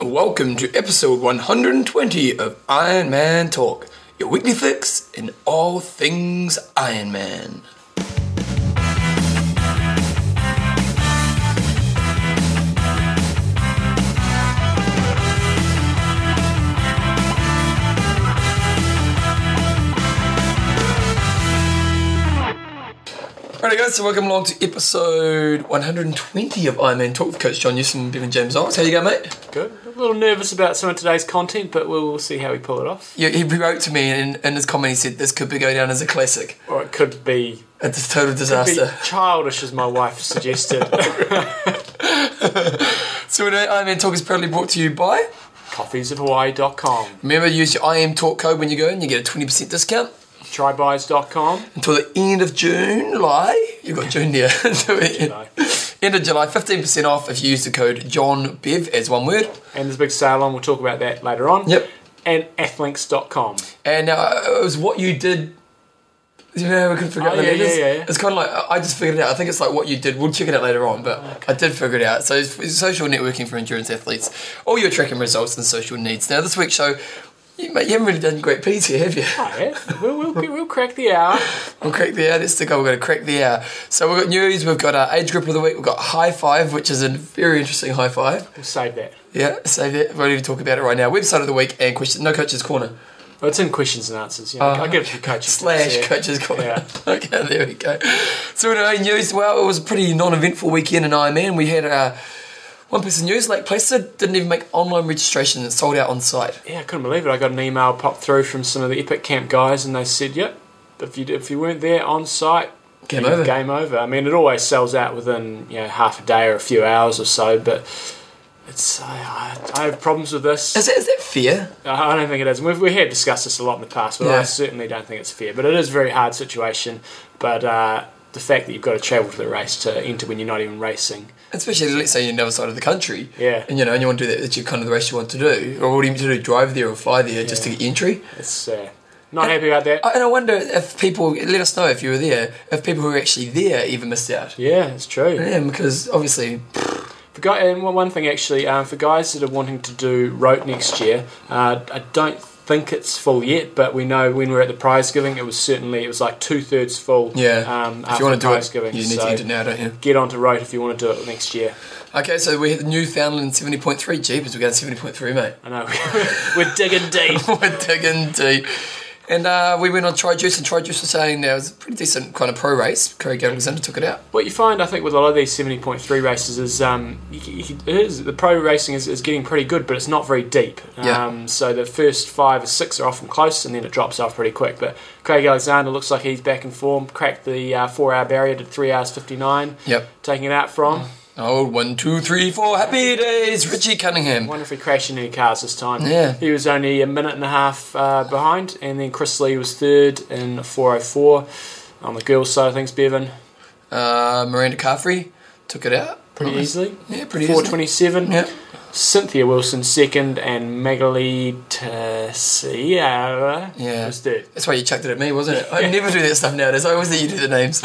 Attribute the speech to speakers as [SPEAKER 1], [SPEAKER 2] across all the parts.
[SPEAKER 1] welcome to episode 120 of Iron Man Talk, your weekly fix in all things Iron Man. Alright guys, so welcome along to episode 120 of Iron Man Talk with Coach John Newsom and Bevan James Owens. How you going, mate?
[SPEAKER 2] Good. A little nervous about some of today's content, but we'll see how we pull it off.
[SPEAKER 1] Yeah, he wrote to me and in his comment he said this could be go down as a classic.
[SPEAKER 2] Or it could be,
[SPEAKER 1] It's a total
[SPEAKER 2] be
[SPEAKER 1] disaster.
[SPEAKER 2] childish, as my wife suggested.
[SPEAKER 1] So today Iron Man Talk is proudly brought to you by
[SPEAKER 2] Coffeesofhawaii.com,
[SPEAKER 1] Remember use your I am Talk code when you go in, you get a 20% discount.
[SPEAKER 2] Trybuys.com,
[SPEAKER 1] until the end of June, July. You've got June there. Until the end-
[SPEAKER 2] July.
[SPEAKER 1] End of July, 15% off if you use the code John Bev as one word.
[SPEAKER 2] and there's a big sale on. We'll talk about that later on.
[SPEAKER 1] Yep.
[SPEAKER 2] And athlinks.com.
[SPEAKER 1] And uh, it was what you did. You know how we can figure
[SPEAKER 2] Oh,
[SPEAKER 1] out the
[SPEAKER 2] yeah, yeah,
[SPEAKER 1] letters?
[SPEAKER 2] yeah, yeah.
[SPEAKER 1] It's kind of like, I- I just figured it out. I think it's like what you did. We'll check it out later on,
[SPEAKER 2] Oh,
[SPEAKER 1] but I did figure it out. So, it's- it's social networking for endurance athletes, all your tracking results and social needs. Now, this week's show, you, mate, you haven't really done great peas here, have you?
[SPEAKER 2] Hi, we'll, we'll, we'll crack the hour.
[SPEAKER 1] We'll crack the hour. That's the goal. We're going to crack the hour. So we've got news. We've got our age group of the week. We've got high five, which is a very interesting high five.
[SPEAKER 2] We'll save that.
[SPEAKER 1] Yeah, so that, we don't even talk about it right now. Website of the week and question. No coaches corner
[SPEAKER 2] Well, it's in questions and answers. You know, I'll give it to coaching.
[SPEAKER 1] slash
[SPEAKER 2] tips, yeah.
[SPEAKER 1] coaches corner.
[SPEAKER 2] Yeah.
[SPEAKER 1] okay, there we go. So anyway, news. Well, it was a pretty non-eventful weekend in Ironman. We had uh, one piece of news. Lake Placid didn't even make online registration. It sold out on site.
[SPEAKER 2] Yeah, I couldn't believe it. I got an email popped through from some of the Epic Camp guys, and they said, "Yep, if you if you weren't there on site,
[SPEAKER 1] Game
[SPEAKER 2] you-
[SPEAKER 1] over.
[SPEAKER 2] Game over." I mean, it always sells out within you know half a day or a few hours or so, but it's uh, I, I, I have problems with this.
[SPEAKER 1] Is that, is that fair?
[SPEAKER 2] I I don't think it is. We've, we have discussed this a lot in the past, but
[SPEAKER 1] Yeah.
[SPEAKER 2] I certainly don't think it's fair. But it is a very hard situation. But uh, the fact that you've got to travel to the race to enter when you're not even racing,
[SPEAKER 1] Especially, let's say you're on the other side of the country.
[SPEAKER 2] Yeah.
[SPEAKER 1] And you know, and you want to do that. That's your kind of the race you want to do. Or what do you want to do? Drive there or fly there just to get entry?
[SPEAKER 2] it's uh, not happy about that.
[SPEAKER 1] I- And I wonder if people, let us know if you were there, if people who were actually there even missed out.
[SPEAKER 2] yeah, it's true.
[SPEAKER 1] Yeah, because obviously,
[SPEAKER 2] For guy, and one one thing actually, um, for guys that are wanting to do rote next year, uh, I don't think it's full yet. But we know when we were at the prize giving, it was certainly it was like two thirds full.
[SPEAKER 1] yeah,
[SPEAKER 2] Um,
[SPEAKER 1] if
[SPEAKER 2] after
[SPEAKER 1] you want to do
[SPEAKER 2] prize
[SPEAKER 1] it,
[SPEAKER 2] giving,
[SPEAKER 1] you need
[SPEAKER 2] so
[SPEAKER 1] to enter now, don't you?
[SPEAKER 2] get onto rote if you want to do it next year.
[SPEAKER 1] Okay, so we had Newfoundland 70.3. Jeepers, we got 70.3, mate.
[SPEAKER 2] I know we're digging deep.
[SPEAKER 1] We're digging deep. And uh, we went on Tri Juice, and Tri Juice was saying now it's a pretty decent kind of pro race. Craig Alexander took it out.
[SPEAKER 2] What you find, I think, with a lot of these seventy point three races is, um, you, c- you, c- it is the pro racing is, is getting pretty good, but it's not very deep.
[SPEAKER 1] Yeah.
[SPEAKER 2] Um, so the first five or six are often close, and then it drops off pretty quick. But Craig Alexander looks like he's back in form. Cracked the uh, four hour barrier to three hours fifty nine.
[SPEAKER 1] Yep.
[SPEAKER 2] Taking it out from.
[SPEAKER 1] Oh, one, two, three, four. Happy days, Richie Cunningham.
[SPEAKER 2] Wonder if he crashed into any cars this time.
[SPEAKER 1] Yeah.
[SPEAKER 2] He was only a minute and a half uh, behind, and then Chris Lee was third in four oh four. On the girls' side of things, Bevan
[SPEAKER 1] Uh, Miranda Caffrey took it out.
[SPEAKER 2] pretty
[SPEAKER 1] Nice.
[SPEAKER 2] easily.
[SPEAKER 1] Yeah, pretty
[SPEAKER 2] Four
[SPEAKER 1] easily.
[SPEAKER 2] twenty seven.
[SPEAKER 1] Yeah.
[SPEAKER 2] Cynthia Wilson second and uh, Megali Tessiera
[SPEAKER 1] Yeah.
[SPEAKER 2] was uh, third.
[SPEAKER 1] That's why you chucked it at me, wasn't it? I never do that stuff nowadays. I always let you do the names.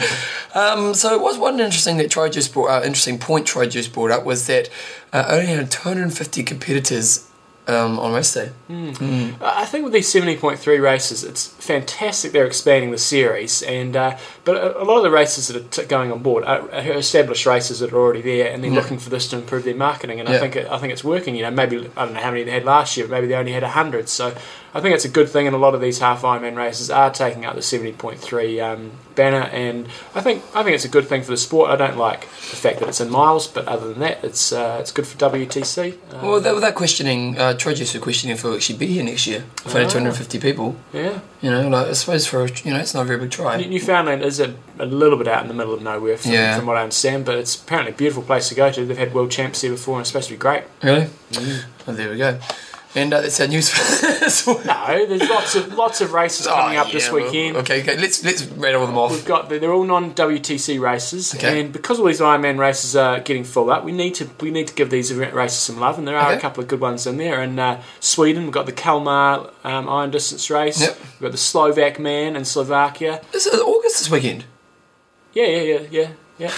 [SPEAKER 1] Um, so it was one interesting that Trijuice brought, uh, interesting point Trijuice brought up was that uh, only had 250 competitors um, on race day.
[SPEAKER 2] I I think with these 70.3 races, it's fantastic they're expanding the series, and uh, but a, a lot of the races that are t- going on board are, are established races that are already there, and they're looking for this to improve their marketing. And
[SPEAKER 1] Yeah.
[SPEAKER 2] I think it, I think it's working. You know, maybe I don't know how many they had last year, but maybe they only had hundred. So I think it's a good thing, and a lot of these half Ironman races are taking up the 70.3 um, banner, and I think I think it's a good thing for the sport. I don't like the fact that it's in miles, but other than that, it's uh, it's good for WTC. Uh,
[SPEAKER 1] Well, they were that questioning, uh, Trijuice were questioning if we'll actually be here next year. If only
[SPEAKER 2] Ah.
[SPEAKER 1] 250 people,
[SPEAKER 2] yeah.
[SPEAKER 1] you know, like I suppose for, a, you know, it's not a very big try.
[SPEAKER 2] New- Newfoundland is a, a little bit out in the middle of nowhere from,
[SPEAKER 1] Yeah.
[SPEAKER 2] from what I understand, but it's apparently a beautiful place to go to. They've had world champs there before and it's supposed to be great.
[SPEAKER 1] Really? Well, there we go. And uh, that's our news for this week.
[SPEAKER 2] No, there's lots of lots of races coming
[SPEAKER 1] Oh,
[SPEAKER 2] up this
[SPEAKER 1] yeah, well,
[SPEAKER 2] weekend.
[SPEAKER 1] Okay, okay, let's let's rattle them off.
[SPEAKER 2] We've got they're all non WTC races,
[SPEAKER 1] Okay.
[SPEAKER 2] and because all these Ironman races are getting full up, we need to we need to give these ra- races some love, and there are
[SPEAKER 1] Okay.
[SPEAKER 2] a couple of good ones in there. In uh, Sweden, we've got the Kalmar um, Iron Distance race.
[SPEAKER 1] Yep.
[SPEAKER 2] We've got the Slovak Man in Slovakia.
[SPEAKER 1] This is August this weekend.
[SPEAKER 2] Yeah, yeah, yeah, yeah, yeah.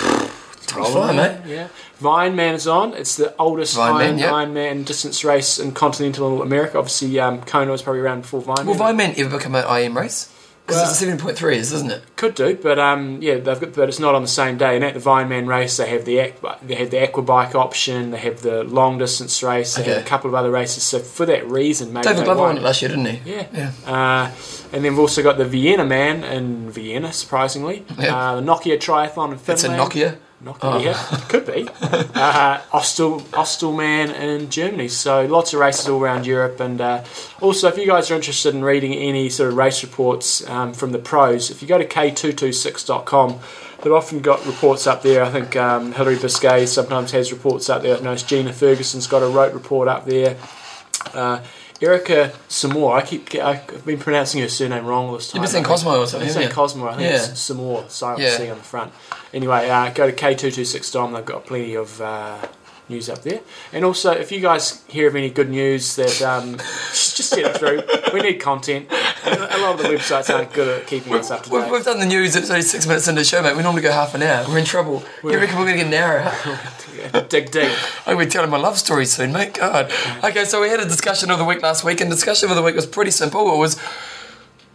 [SPEAKER 1] Time fly, mate.
[SPEAKER 2] Yeah. Vine Man is on. It's the oldest
[SPEAKER 1] Vine Man,
[SPEAKER 2] Iron,
[SPEAKER 1] yep.
[SPEAKER 2] Iron Man distance race in continental America. Obviously, um, Kona was probably around before Vine
[SPEAKER 1] Will
[SPEAKER 2] Man.
[SPEAKER 1] Vineman ever E become an IM race? Because
[SPEAKER 2] Well-
[SPEAKER 1] it's a seven point three, isn't it?
[SPEAKER 2] Could do, but um, yeah, they've got, but it's not on the same day. And at the Vine Man race, they have the aqu- they have the aquabike option, they have the long distance race, they have
[SPEAKER 1] Okay.
[SPEAKER 2] a couple of other races. So for that reason, maybe
[SPEAKER 1] David
[SPEAKER 2] they
[SPEAKER 1] Glover won it
[SPEAKER 2] won't.
[SPEAKER 1] last year, didn't he?
[SPEAKER 2] Yeah.
[SPEAKER 1] Yeah.
[SPEAKER 2] Uh, and then we've also got the Vienna Man in Vienna, surprisingly.
[SPEAKER 1] Yeah.
[SPEAKER 2] Uh, the Nokia Triathlon in Finland.
[SPEAKER 1] It's a Nokia.
[SPEAKER 2] Nokia,
[SPEAKER 1] Oh.
[SPEAKER 2] yeah. Could be. Uh, Ostel, Ostelman in Germany. So lots of races all around Europe. And uh, also, if you guys are interested in reading any sort of race reports um, from the pros, if you go to k226.com, they've often got reports up there. I think um, Hilary Biscay sometimes has reports up there. I've noticed Gina Ferguson's got a rote report up there. Uh, Erica Samore, I keep get, I've been pronouncing her surname wrong all this time.
[SPEAKER 1] You've been saying
[SPEAKER 2] I think.
[SPEAKER 1] Cosmo or something,
[SPEAKER 2] They're
[SPEAKER 1] haven't
[SPEAKER 2] saying
[SPEAKER 1] you?
[SPEAKER 2] Cosmo, I think
[SPEAKER 1] Yeah.
[SPEAKER 2] it's some more silent
[SPEAKER 1] Yeah.
[SPEAKER 2] C on the front. Anyway, uh, go to K226.com, they've got plenty of uh, news up there. And also, if you guys hear of any good news that, um, just get it through. We need content. A lot of the websites aren't good at keeping us up to
[SPEAKER 1] We've,
[SPEAKER 2] date.
[SPEAKER 1] we've done the news. It's only six minutes into the show, mate. We normally go half an hour. We're in trouble. you reckon we're going to get an hour? out?
[SPEAKER 2] Dig deep.
[SPEAKER 1] I'm going to be telling my love story soon, mate. God. Okay, so we had a discussion of the week last week, and the discussion of the week was pretty simple. It was,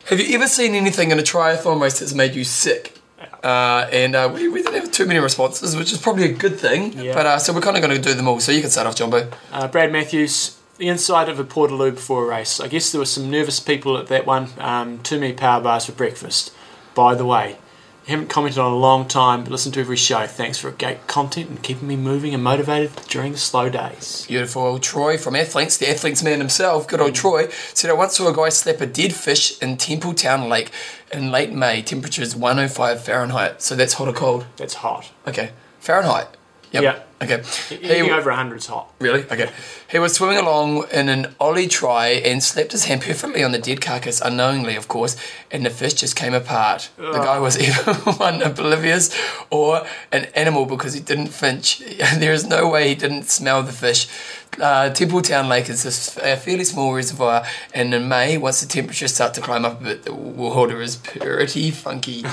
[SPEAKER 1] have you ever seen anything in a triathlon race that's made you sick? Uh, and uh, we, we didn't have too many responses, which is probably a good thing.
[SPEAKER 2] Yeah.
[SPEAKER 1] But uh, so we're kind of going to do them all. So you can start off, Jumbo.
[SPEAKER 2] Uh, Brad Matthews, the inside of a portaloo before a race. I guess there were some nervous people at that one. Um, too many power bars for breakfast. By the way, you haven't commented on a long time, but listen to every show. Thanks for great content and keeping me moving and motivated during the slow days.
[SPEAKER 1] Beautiful old Troy from Athletes, the Athletes man himself, good old Troy, said I once saw a guy slap a dead fish in Templetown Lake in late May, temperatures 105 Fahrenheit. So that's hot or cold?
[SPEAKER 2] That's hot.
[SPEAKER 1] Okay. Fahrenheit. Yep.
[SPEAKER 2] Yeah.
[SPEAKER 1] Okay.
[SPEAKER 2] Anything
[SPEAKER 1] He-
[SPEAKER 2] over 100 is hot.
[SPEAKER 1] Really? Okay. He was swimming along in an ollie try and slapped his hand perfectly on the dead carcass, unknowingly, of course, and the fish just came apart. The guy was either one oblivious or an animal because he didn't finch. There is no way he didn't smell the fish. Uh, Templetown Lake is a s- a fairly small reservoir, and in May, once the temperatures start to climb up a bit, the water is pretty funky.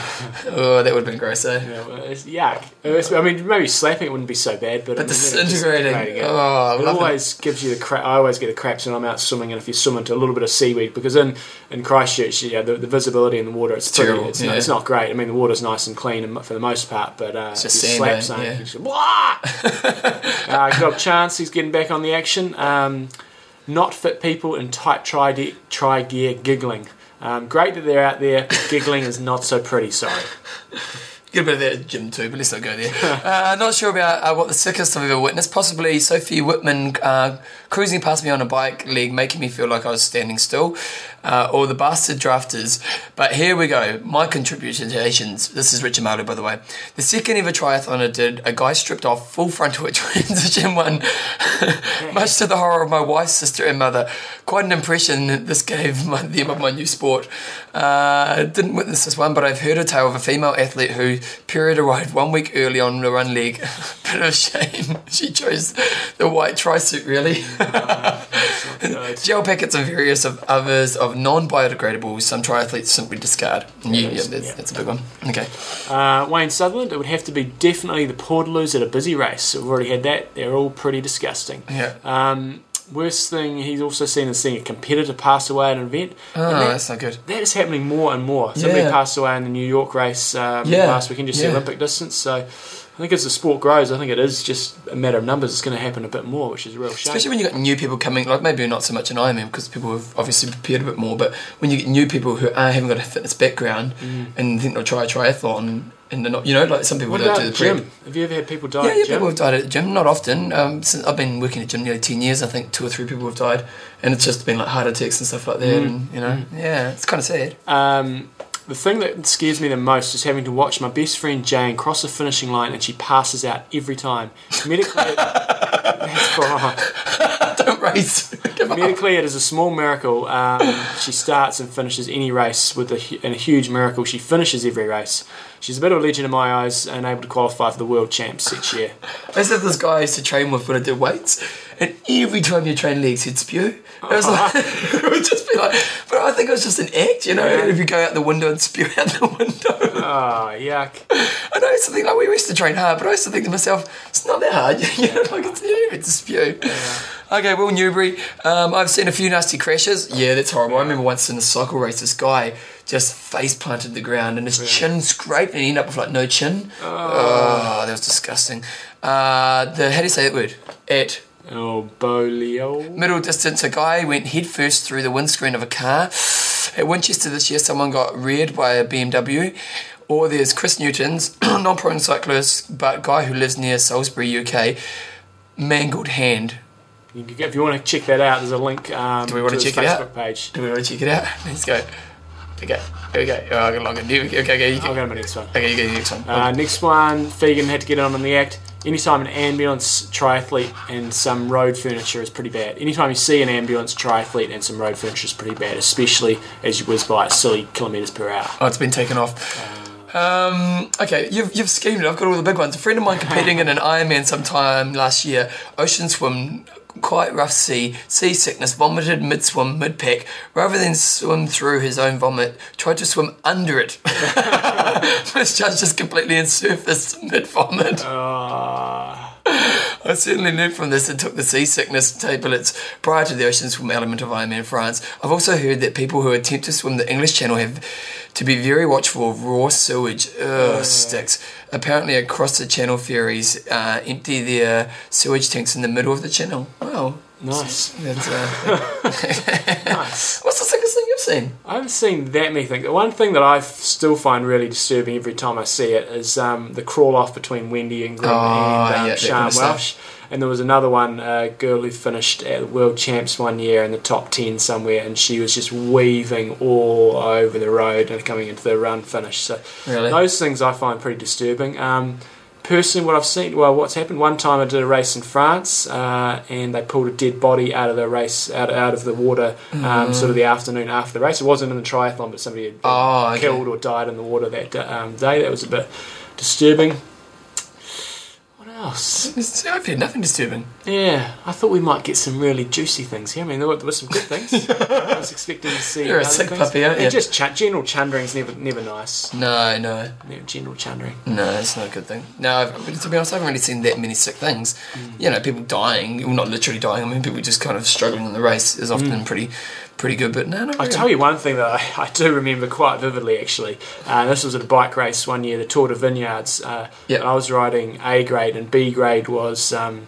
[SPEAKER 1] oh, that would have been gross, eh?
[SPEAKER 2] Yeah, well, it's yuck. It's- I mean, maybe slapping it wouldn't be so bad, but, I mean, yeah, just
[SPEAKER 1] Disintegrating.
[SPEAKER 2] disintegrating it.
[SPEAKER 1] Oh, I
[SPEAKER 2] It
[SPEAKER 1] love it.
[SPEAKER 2] always gives you the crap. I always get the craps when I'm out swimming, and if you swim into a little bit of seaweed, because in, in Christchurch, yeah, the, the visibility in the water it's, pretty,
[SPEAKER 1] terrible,
[SPEAKER 2] It's,
[SPEAKER 1] yeah.
[SPEAKER 2] not, it's not great. I mean, the water's nice and clean and- for the most part, but uh, it's
[SPEAKER 1] just
[SPEAKER 2] you
[SPEAKER 1] sand, eh?
[SPEAKER 2] slap something,
[SPEAKER 1] Yeah.
[SPEAKER 2] you just go, "Wah!" uh, good old chance. He's getting back on the action. Um, not fit people in tight tri, de- tri gear giggling. Um, great that they're out there. but giggling is not so pretty. Sorry.
[SPEAKER 1] Get a bit of that at gym too, but let's not go there. uh, not sure about uh, what the sickest I've ever witnessed. Possibly Sophie Whitman uh, cruising past me on a bike leg, making me feel like I was standing still, uh, or the bastard drafters. But here we go. My contributions. This is Richard Marlowe, by the way. The second ever triathlon I did, a guy stripped off full frontal at transition one, much to the horror of my wife's sister and mother. Quite an impression that this gave my, them of my new sport. Uh, didn't witness this one, but I've heard a tale of a female athlete who period arrived one week early on the run leg. Bit of shame. She chose the white trisuit, really.
[SPEAKER 2] Good.
[SPEAKER 1] Gel packets and various of others of non-biodegradables some triathletes simply discard. Yeah, yeah, that's,
[SPEAKER 2] yeah.
[SPEAKER 1] that's a big one. Okay.
[SPEAKER 2] Uh, Wayne Sutherland, it would have to be definitely the Portaloos at a busy race. We've already had that. They're all pretty disgusting.
[SPEAKER 1] Yeah.
[SPEAKER 2] Um, worst thing he's also seen is seeing a competitor pass away at an event.
[SPEAKER 1] Oh,
[SPEAKER 2] and that-
[SPEAKER 1] that's not good.
[SPEAKER 2] that is happening more and more. Somebody
[SPEAKER 1] Yeah.
[SPEAKER 2] passed away in the New York race um,
[SPEAKER 1] Yeah,
[SPEAKER 2] last weekend, just
[SPEAKER 1] yeah.
[SPEAKER 2] the Olympic distance. So I think as the sport grows, I think it is just a matter of numbers. It's going to happen a bit more, which is a real shame.
[SPEAKER 1] Especially when you got new people coming, like maybe not so much in Ironman because people have obviously prepared a bit more, but when you get new people who are, haven't got a fitness background and think they'll try a triathlon and they're not, you know, like some people
[SPEAKER 2] Mm. what
[SPEAKER 1] don't
[SPEAKER 2] about
[SPEAKER 1] do the prep.
[SPEAKER 2] gym? Have you ever had people die
[SPEAKER 1] Yeah,
[SPEAKER 2] at
[SPEAKER 1] yeah,
[SPEAKER 2] gym?
[SPEAKER 1] people have died at gym, not often. Um, since I've been working at gym nearly 10 years, I think two or three people have died, and it's just been like heart attacks and stuff like that,
[SPEAKER 2] Mm.
[SPEAKER 1] and you know, yeah, it's kind of sad.
[SPEAKER 2] Um, the thing that scares me the most is having to watch my best friend Jane cross the finishing line and she passes out every time. Medically, it, that's fine.
[SPEAKER 1] Don't race. Give up.
[SPEAKER 2] Medically, it is a small miracle. Um, she starts and finishes any race with a, hu- and a huge miracle. She finishes every race. She's a bit of a legend in my eyes and able to qualify for the world champs each year.
[SPEAKER 1] I said this guy I used to train with when I did weights, and every time you train legs, he'd spew. It was like, it would just be like, but I think it was just an act, you know.
[SPEAKER 2] Yeah.
[SPEAKER 1] If you go out the window and spew out the window,
[SPEAKER 2] Ah, yuck.
[SPEAKER 1] I know it's something like we used to train hard, but I used to think to myself, it's not that hard, you know, like it's, you don't have to spew. Okay, Will Newbury, um, I've seen a few nasty crashes. Yeah, that's horrible. I remember once in a cycle race, this guy just face planted the ground and his chin scraped and he ended up with like no chin. Oh, that was disgusting. Uh, the how do you say that word? At
[SPEAKER 2] Oh, Bolio.
[SPEAKER 1] middle distance, a guy went headfirst through the windscreen of a car. At Winchester this year, someone got reared by a BMW. Or there's Chris Newton's, non prone cyclist, but guy who lives near Salisbury, UK, mangled hand.
[SPEAKER 2] You can, if you want to check that out, there's a link um,
[SPEAKER 1] we wanna
[SPEAKER 2] to his
[SPEAKER 1] check it out?
[SPEAKER 2] Facebook page.
[SPEAKER 1] Do we want to check it out? Let's go. Okay, here we go. Oh, I got longer. Here we go. Okay, okay, you go.
[SPEAKER 2] I'll go to my next one.
[SPEAKER 1] Okay, you go next one.
[SPEAKER 2] Uh, next one, Fegan had to get on in the act. Anytime an ambulance, triathlete, and some road furniture is pretty bad. Anytime you see an ambulance, triathlete, and some road furniture is pretty bad, especially as you whiz by at silly kilometres per hour.
[SPEAKER 1] Oh, it's been taken off. Um, okay, you've, you've schemed it. I've got all the big ones. A friend of mine competing in an Ironman sometime last year, ocean swim, quite rough sea, seasickness, vomited mid swim, mid pack. Rather than swim through his own vomit, tried to swim under it. Misjudged just completely and surfaced mid vomit.
[SPEAKER 2] Ah,
[SPEAKER 1] I certainly learned from this and took the seasickness tablets prior to the ocean swim element of Ironman France. I've also heard that people who attempt to swim the English Channel have to be very watchful of raw sewage. Ugh,
[SPEAKER 2] Uh.
[SPEAKER 1] sticks. Apparently, across the channel, ferries uh, empty their sewage tanks in the middle of the channel. Wow.
[SPEAKER 2] nice.
[SPEAKER 1] That's, uh,
[SPEAKER 2] nice.
[SPEAKER 1] what's the sickest thing you've seen?
[SPEAKER 2] I haven't seen that many things. The one thing that I f- still find really disturbing every time I see it is um, the crawl off between Wendy Ingram
[SPEAKER 1] Oh,
[SPEAKER 2] and um,
[SPEAKER 1] yeah, that kind
[SPEAKER 2] Sian
[SPEAKER 1] of stuff.
[SPEAKER 2] Welsh. And there was another one, a girl who finished at the World Champs one year in the top 10 somewhere, and she was just weaving all over the road and coming into the run finish. So
[SPEAKER 1] Really?
[SPEAKER 2] those things I find pretty disturbing. Um, personally, what I've seen, well, what's happened? One time I did a race in France, uh, and they pulled a dead body out of the race, out, out of the water, um,
[SPEAKER 1] Mm-hmm.
[SPEAKER 2] sort of the afternoon after the race. It wasn't in the triathlon, but somebody had been
[SPEAKER 1] Oh, okay.
[SPEAKER 2] killed or died in the water that da- um, day. That was a bit disturbing. What else?
[SPEAKER 1] It's- I've heard nothing disturbing.
[SPEAKER 2] Yeah, I thought we might get some really juicy things here. I mean, there were, there were some good things. I was expecting to see.
[SPEAKER 1] You're a
[SPEAKER 2] other
[SPEAKER 1] sick
[SPEAKER 2] things.
[SPEAKER 1] puppy, aren't
[SPEAKER 2] And
[SPEAKER 1] you?
[SPEAKER 2] Just ch- general chundering's never never nice.
[SPEAKER 1] No, no.
[SPEAKER 2] Yeah, General chundering.
[SPEAKER 1] No, that's not a good thing. No, I've, but to be honest, I haven't really seen that many sick things.
[SPEAKER 2] Mm.
[SPEAKER 1] You know, people dying, well, not literally dying. I mean, people just kind of struggling in the race is often pretty, pretty good. But no, no.
[SPEAKER 2] I'll Mm. tell you one thing that I, I do remember quite vividly, actually. Uh, this was at a bike race one year, the Tour de Vineyards. Uh,
[SPEAKER 1] Yeah.
[SPEAKER 2] and I was riding A grade, and B grade was um,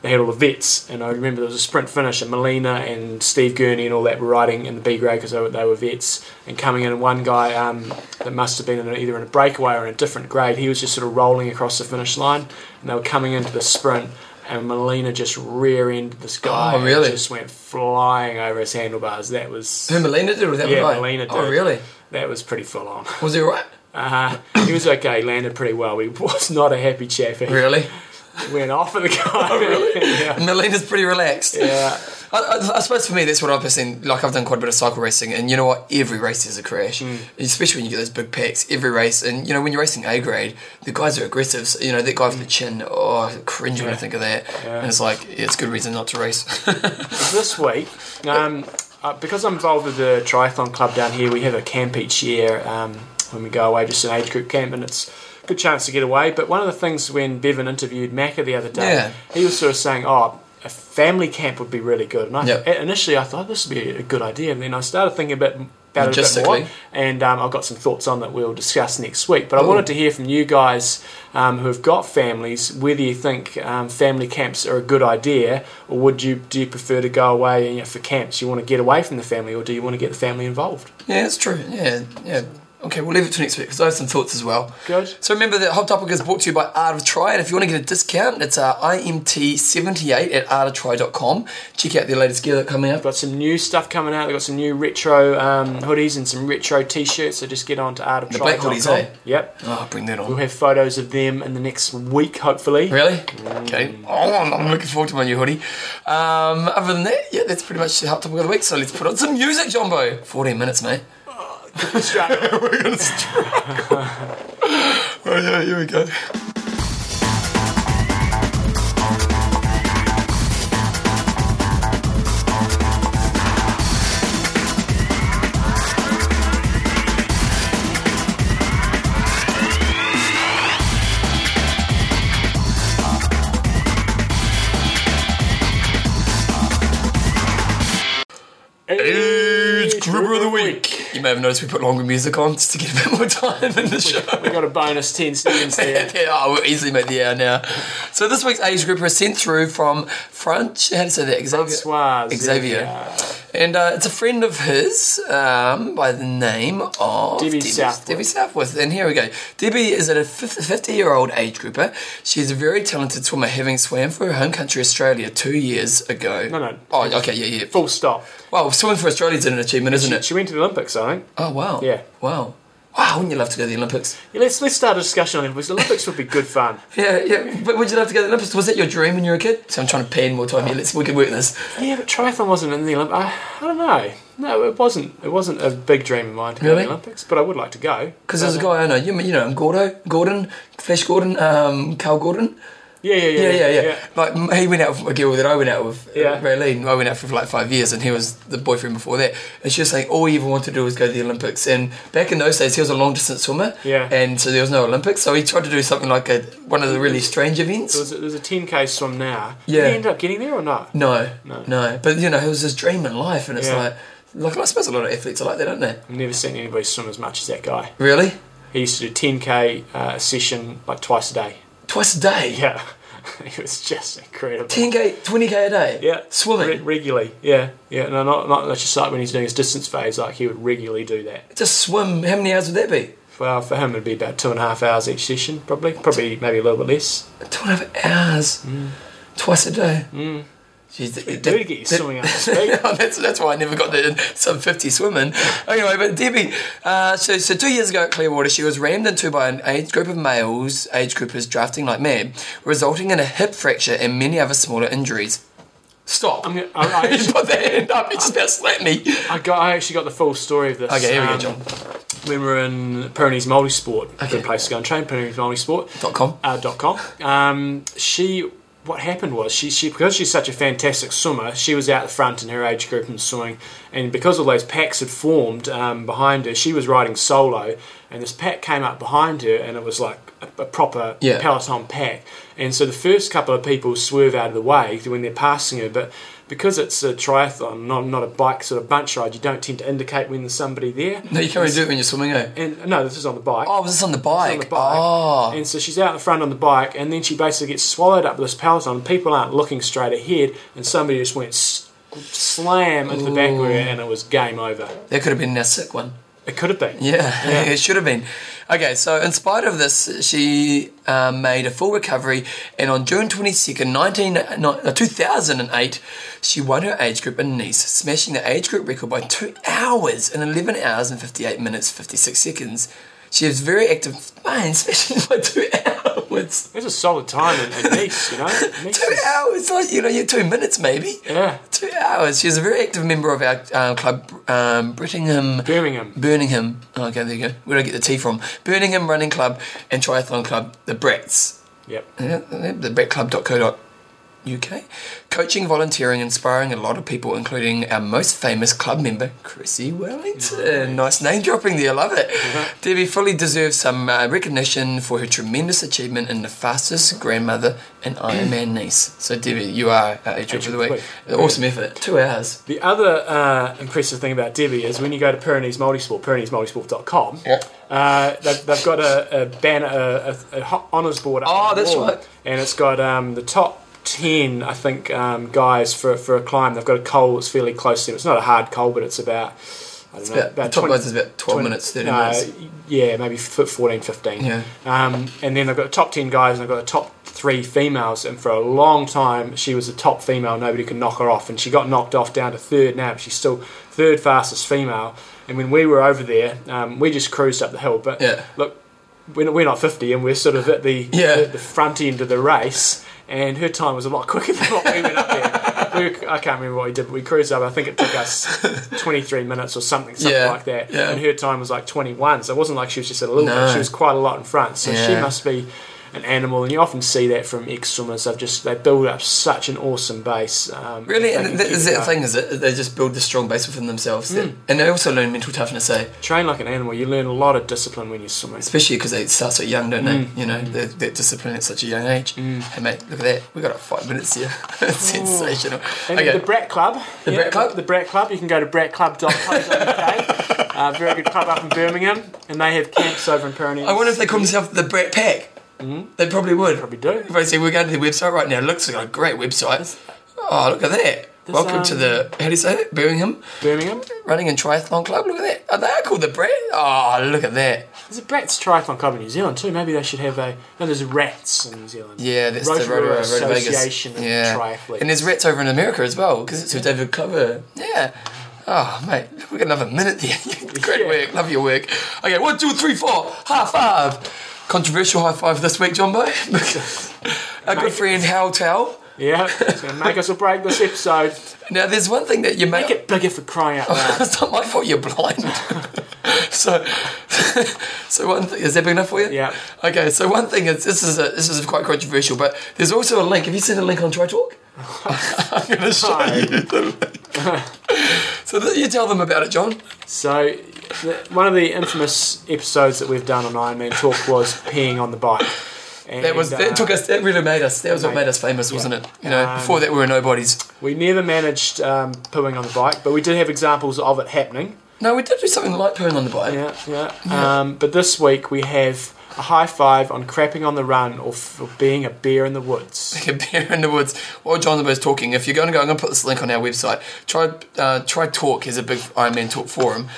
[SPEAKER 2] they had all the vets. And I remember there was a sprint finish, and Molina and Steve Gurney and all that were riding in the B grade because they were, they were vets. And coming in, and one guy um, that must have been in a, either in a breakaway or in a different grade, he was just sort of rolling across the finish line, and they were coming into the sprint. And Molina just rear-ended this guy.
[SPEAKER 1] Oh,
[SPEAKER 2] and
[SPEAKER 1] really?
[SPEAKER 2] Just went flying over his handlebars. That was
[SPEAKER 1] Who Melina did with that
[SPEAKER 2] Yeah,
[SPEAKER 1] guy?
[SPEAKER 2] Molina
[SPEAKER 1] Oh,
[SPEAKER 2] did.
[SPEAKER 1] really?
[SPEAKER 2] that was pretty full on.
[SPEAKER 1] Was he right?
[SPEAKER 2] Uh, he was okay, landed pretty well. He was not a happy chap. He
[SPEAKER 1] Really? Oh,
[SPEAKER 2] went off at the guy. yeah. Uh,
[SPEAKER 1] Melina's pretty relaxed.
[SPEAKER 2] yeah.
[SPEAKER 1] I, I, I suppose for me, that's what I've seen. Like I've done quite a bit of cycle racing, and you know what? Every race is a crash,
[SPEAKER 2] Mm.
[SPEAKER 1] especially when you get those big packs. Every race, and you know when you're racing A grade, the guys are aggressive. So, you know that guy
[SPEAKER 2] Mm.
[SPEAKER 1] with the chin. Oh, I cringe when I think of that. And it's like yeah, it's a good reason not to race.
[SPEAKER 2] This week, um, uh, because I'm involved with the triathlon club down here, we have a camp each year um, when we go away, just an age group camp, and it's a good chance to get away. But one of the things when Bevan interviewed Macca the other day,
[SPEAKER 1] Yeah.
[SPEAKER 2] he was sort of saying, oh, a family camp would be really good. And I,
[SPEAKER 1] Yep.
[SPEAKER 2] initially I thought this would be a good idea, and then I started thinking about, about it a bit more.
[SPEAKER 1] Logistically.
[SPEAKER 2] and um, I've got some thoughts on that we'll discuss next week. But I wanted to hear from you guys um, who have got families whether you think um, family camps are a good idea, or would you do you prefer to go away you know, for camps? You want to get away from the family, or do you want to get the family involved?
[SPEAKER 1] Yeah, it's true. Yeah, yeah. Okay, we'll leave it to next week because I have some thoughts as well.
[SPEAKER 2] Good.
[SPEAKER 1] So remember that Hot Topic is brought to you by Art of Try, and if you want to get a discount, it's uh, IMT78 at artoftry.com. Check out their latest gear that coming up.
[SPEAKER 2] Got some new stuff coming out. They've got some new retro um, hoodies and some retro T-shirts. So just get on to art of
[SPEAKER 1] The black hoodies, eh?
[SPEAKER 2] Yep.
[SPEAKER 1] Oh, bring that
[SPEAKER 2] We'll
[SPEAKER 1] on.
[SPEAKER 2] have photos of them in the next week, hopefully.
[SPEAKER 1] Really? Okay. Oh, I'm I'm looking forward to my new hoodie. Um, other than that, yeah, that's pretty much the Hot Topic of the week. So let's put on some music, Jumbo. 14 minutes, mate.
[SPEAKER 2] Straight-
[SPEAKER 1] We're going to Oh yeah, here we go. Age Grouper of the Week. You may have noticed we put longer music on just to get a bit more time in the show.
[SPEAKER 2] We got a bonus 10 seconds there.
[SPEAKER 1] yeah, I will easily make the hour now. So this week's age group was sent through from French. How do you say that? Xavier.
[SPEAKER 2] Francois
[SPEAKER 1] Xavier. And uh, it's a friend of his um, by the name of
[SPEAKER 2] Debbie Southworth.
[SPEAKER 1] Debbie Southworth. And here we go. Debbie is a 50 year old age grouper. She's a very talented swimmer, having swam for her home country, Australia, two years ago.
[SPEAKER 2] No, no.
[SPEAKER 1] Oh, okay, yeah, yeah.
[SPEAKER 2] Full stop.
[SPEAKER 1] Wow, swimming for Australia's an achievement, isn't it?
[SPEAKER 2] She went to the Olympics, I think.
[SPEAKER 1] Oh, wow.
[SPEAKER 2] Yeah.
[SPEAKER 1] Wow. Wow, wouldn't you love to go to the Olympics?
[SPEAKER 2] Yeah, let's, let's start a discussion on the Olympics. The Olympics would be good fun.
[SPEAKER 1] Yeah, yeah. But would you love to go to the Olympics? Was that your dream when you were a kid? So I'm trying to pin more time here. Let's we can work this.
[SPEAKER 2] Yeah, but triathlon wasn't in the Olympics. I, I don't know. No, it wasn't. It wasn't a big dream of mine to go to
[SPEAKER 1] Really?
[SPEAKER 2] the Olympics, but I would like to go. Uh,
[SPEAKER 1] Because there's a guy I know. You, you know him, Gordo, Gordon, Flash Gordon, um, Carl Gordon.
[SPEAKER 2] Yeah, yeah, yeah,
[SPEAKER 1] Yeah, yeah, yeah. Like m- he went out with a girl that I went out with,
[SPEAKER 2] Yeah.
[SPEAKER 1] yeah. Raylene. I went out for like five years, and he was the boyfriend before that. And she was saying all he ever wanted to do was go to the Olympics. And back in those days, he was a long distance swimmer.
[SPEAKER 2] Yeah.
[SPEAKER 1] And so there was no Olympics, so he tried to do something like a one of the really strange
[SPEAKER 2] There
[SPEAKER 1] events.
[SPEAKER 2] was a, there's a 10k swim now.
[SPEAKER 1] Yeah.
[SPEAKER 2] Did he end up getting there or not?
[SPEAKER 1] No,
[SPEAKER 2] No.
[SPEAKER 1] no, But you know, it was his dream in life, and it's
[SPEAKER 2] Yeah.
[SPEAKER 1] like, like I suppose a lot of athletes are like that, aren't they?
[SPEAKER 2] I've never seen anybody swim as much as that guy.
[SPEAKER 1] Really,
[SPEAKER 2] He used to do 10k uh, session like twice a day.
[SPEAKER 1] twice a day.
[SPEAKER 2] Yeah, it was just incredible.
[SPEAKER 1] 10k, 20k a day.
[SPEAKER 2] Yeah,
[SPEAKER 1] Swimming.
[SPEAKER 2] Re- regularly. Yeah, yeah. No, not not just like when he's doing his distance phase. Like he would regularly do that.
[SPEAKER 1] Just swim. How many hours would that be?
[SPEAKER 2] Well, for him, it'd be about two and a half hours each session, probably. Probably maybe a little bit less.
[SPEAKER 1] Two and a half hours.
[SPEAKER 2] Mm.
[SPEAKER 1] Twice a day. Jeez, that-
[SPEAKER 2] Do
[SPEAKER 1] that-
[SPEAKER 2] get you
[SPEAKER 1] that-
[SPEAKER 2] swimming up to speed.
[SPEAKER 1] that's, that's why I never got the sub 50 swimming. Anyway, but Debbie, uh, so, so two years ago at Clearwater, she was rammed into by an age group of males, age groupers drafting like mad, resulting in a hip fracture and many other smaller injuries. Stop.
[SPEAKER 2] I'm gonna, I, I,
[SPEAKER 1] you
[SPEAKER 2] actually,
[SPEAKER 1] put that hand up, you just about slapped me.
[SPEAKER 2] I got. I actually got the full story of this.
[SPEAKER 1] Okay, here we go,
[SPEAKER 2] um,
[SPEAKER 1] John.
[SPEAKER 2] When we were in Pyrenees Multisport,
[SPEAKER 1] Okay.
[SPEAKER 2] good place to go and train. Pyrenees Multisport.
[SPEAKER 1] Dot com.
[SPEAKER 2] uh, dot com. Um, she, what happened was she, she because she's such a fantastic swimmer, she was out the front in her age group and swimming, and because all those packs had formed um, behind her, she was riding solo, and this pack came up behind her, and it was like a, a proper
[SPEAKER 1] Yeah.
[SPEAKER 2] peloton pack, and so the first couple of people swerve out of the way when they're passing her, but. Because it's a triathlon, not, not a bike sort of bunch ride, you don't tend to indicate when there's somebody there.
[SPEAKER 1] No, you can't really do it when you're swimming, eh?
[SPEAKER 2] And no, this is on the bike
[SPEAKER 1] Oh, was this on the bike?
[SPEAKER 2] on the bike.
[SPEAKER 1] Oh.
[SPEAKER 2] And so she's out in front on the bike, and then she basically gets swallowed up with this peloton. People aren't looking straight ahead, and somebody just went s- slam into the back of her, and it was game over.
[SPEAKER 1] That could have been a sick one.
[SPEAKER 2] It could have been.
[SPEAKER 1] Yeah,
[SPEAKER 2] Yeah.
[SPEAKER 1] it should have been. Okay, so in spite of this, she um, made a full recovery, and on June 22nd, 19, no, 2008, she won her age group in Nice, smashing the age group record by two hours and 11 hours and 58 minutes, 56 seconds. She was very active, man, smashing by two hours.
[SPEAKER 2] It was a solid time in, in Nice, you know. Nice
[SPEAKER 1] Two
[SPEAKER 2] is-
[SPEAKER 1] hours, like, you know, you're two minutes maybe.
[SPEAKER 2] Yeah.
[SPEAKER 1] Two hours. She's a very active member of our uh, club, um, Brittingham.
[SPEAKER 2] Birmingham.
[SPEAKER 1] Birmingham. Oh, okay, there you go. Where did I get the tea from? Birmingham Running Club and Triathlon Club, the Bretts.
[SPEAKER 2] Yep.
[SPEAKER 1] Yeah, The Bretclub.co.uk. Coaching, volunteering, inspiring a lot of people, including our most famous club member, Chrissy Wellington. Nice name dropping there, love it.
[SPEAKER 2] Uh-huh.
[SPEAKER 1] Debbie fully deserves some uh, recognition for her tremendous achievement in the fastest grandmother and Ironman niece. So, Debbie, you are our age group of the
[SPEAKER 2] of the
[SPEAKER 1] week.
[SPEAKER 2] week.
[SPEAKER 1] Awesome effort. Two hours.
[SPEAKER 2] The other uh, impressive thing about Debbie is when you go to Pyrenees Multisport, PyreneesMultisport.com,
[SPEAKER 1] Yep.
[SPEAKER 2] uh, they've, they've got a, a banner, a, a, a ho- honours board. Up
[SPEAKER 1] Oh,
[SPEAKER 2] on the
[SPEAKER 1] that's
[SPEAKER 2] wall,
[SPEAKER 1] right.
[SPEAKER 2] And it's got um, the top 10, I think, um, guys for, for a climb. They've got a coal that's fairly close to them. It's not a hard coal, but it's about, I don't know,
[SPEAKER 1] About, the top
[SPEAKER 2] 20
[SPEAKER 1] guys is about 12 minutes, 30
[SPEAKER 2] uh,
[SPEAKER 1] minutes.
[SPEAKER 2] Yeah, maybe f- 14, 15.
[SPEAKER 1] Yeah.
[SPEAKER 2] Um, and then I've got the top 10 guys and I've got the top three females. And for a long time, she was the top female. Nobody could knock her off. And she got knocked off down to third now, but she's still third fastest female. And when we were over there, um, we just cruised up the hill. But
[SPEAKER 1] Yeah.
[SPEAKER 2] look, we're not- we're not 50 and we're sort of at the,
[SPEAKER 1] Yeah.
[SPEAKER 2] the, the front end of the race. And her time was a lot quicker than what we went up there. we, I can't remember what we did, but we cruised up. I think it took us 23 minutes or something, something
[SPEAKER 1] Yeah,
[SPEAKER 2] like that.
[SPEAKER 1] yeah.
[SPEAKER 2] And her time was like 21, so it wasn't like she was just at a little
[SPEAKER 1] No.
[SPEAKER 2] bit. She was quite a lot in front, so she
[SPEAKER 1] Yeah.
[SPEAKER 2] must be an animal. And you often see that from ex swimmers. They've just they build up such an awesome base. Um,
[SPEAKER 1] Really,
[SPEAKER 2] if they
[SPEAKER 1] and
[SPEAKER 2] can
[SPEAKER 1] that
[SPEAKER 2] keep
[SPEAKER 1] is
[SPEAKER 2] it
[SPEAKER 1] that the
[SPEAKER 2] up. Hmm.
[SPEAKER 1] thing is that they just build this strong base within themselves, that, and they also learn mental toughness, eh?
[SPEAKER 2] Train like an animal. You learn a lot of discipline when you're swimming.
[SPEAKER 1] Especially because they start so young, don't
[SPEAKER 2] Mm.
[SPEAKER 1] they? You know, that, that discipline at such a young age. Hey, mate, look at that. We got like five minutes here. Sensational.
[SPEAKER 2] And
[SPEAKER 1] okay.
[SPEAKER 2] the Brett Club. The
[SPEAKER 1] Brett Club?
[SPEAKER 2] The Brett Club. You can go to brettclub.co.uk. uh, very good club up in Birmingham. And they have camps over in Pyrenees.
[SPEAKER 1] I wonder if they call themselves the Brett Pack. They probably would.
[SPEAKER 2] Hmm? Probably do.
[SPEAKER 1] If I say we're going to the website right now, it looks like a great website. oh, look at that. Welcome to
[SPEAKER 2] um,
[SPEAKER 1] the, how do you say it? Birmingham
[SPEAKER 2] Birmingham.
[SPEAKER 1] Running and Triathlon Club. Look at that. Are they are called the Brett? Oh, look at that.
[SPEAKER 2] There's a Brett's Triathlon Club in New Zealand too. Maybe they should have a. No, there's Rats in New Zealand.
[SPEAKER 1] Yeah, that's the
[SPEAKER 2] Rotorua
[SPEAKER 1] Rotorua Road
[SPEAKER 2] Association of
[SPEAKER 1] Vegas. Yeah.
[SPEAKER 2] Triathletes.
[SPEAKER 1] And there's rats over in America as well because it's with David Clover. Yeah. Oh, mate, we got another minute there. Great
[SPEAKER 2] Yeah.
[SPEAKER 1] work. Love your work. Okay, one, two, three, four. High five. Controversial high five this week, Jumbo. Our good friend Hal Tao.
[SPEAKER 2] Yeah, it's going to make us or break this episode.
[SPEAKER 1] Now, there's one thing that you
[SPEAKER 2] Make
[SPEAKER 1] make.
[SPEAKER 2] it bigger for crying out loud.
[SPEAKER 1] it's not my fault you're blind. so, so one thing is that big enough for you?
[SPEAKER 2] Yeah.
[SPEAKER 1] Okay, so one thing is this is a, this is quite controversial, but there's also a link. Have you seen a link on TriTalk? I'm going to show
[SPEAKER 2] No.
[SPEAKER 1] you the link. so th- you tell them about it, John.
[SPEAKER 2] So, the, one of the infamous episodes that we've done on Iron Man Talk was peeing on the bike. And,
[SPEAKER 1] That was
[SPEAKER 2] uh,
[SPEAKER 1] that took us. That really made us. That was what
[SPEAKER 2] made-
[SPEAKER 1] made us famous, wasn't it? You know,
[SPEAKER 2] Um,
[SPEAKER 1] before that we were nobodies.
[SPEAKER 2] We never managed um, pooing on the bike, but we did have examples of it happening.
[SPEAKER 1] No, we did do something like pooing on the bike.
[SPEAKER 2] Yeah, yeah. Um, but this week we have a high five on crapping on the run or for being a bear in the woods.
[SPEAKER 1] a bear in the woods while John was talking. If you're going to go, I'm going to put this link on our website. Try uh, try talk is a big Iron Man talk forum,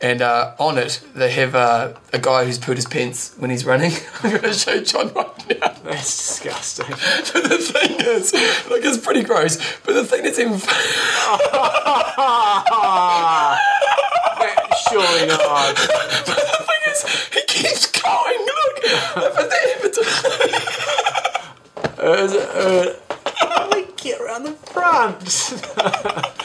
[SPEAKER 1] and uh, on it they have uh, a guy who's pooed his pants when he's running. I'm going to show John right now.
[SPEAKER 2] That's disgusting.
[SPEAKER 1] But the thing is, like it's pretty gross. But the thing that's even
[SPEAKER 2] Surely not.
[SPEAKER 1] the thing is, he keeps going. Look, but that happened. to-
[SPEAKER 2] Is it- uh, how do we get around the front?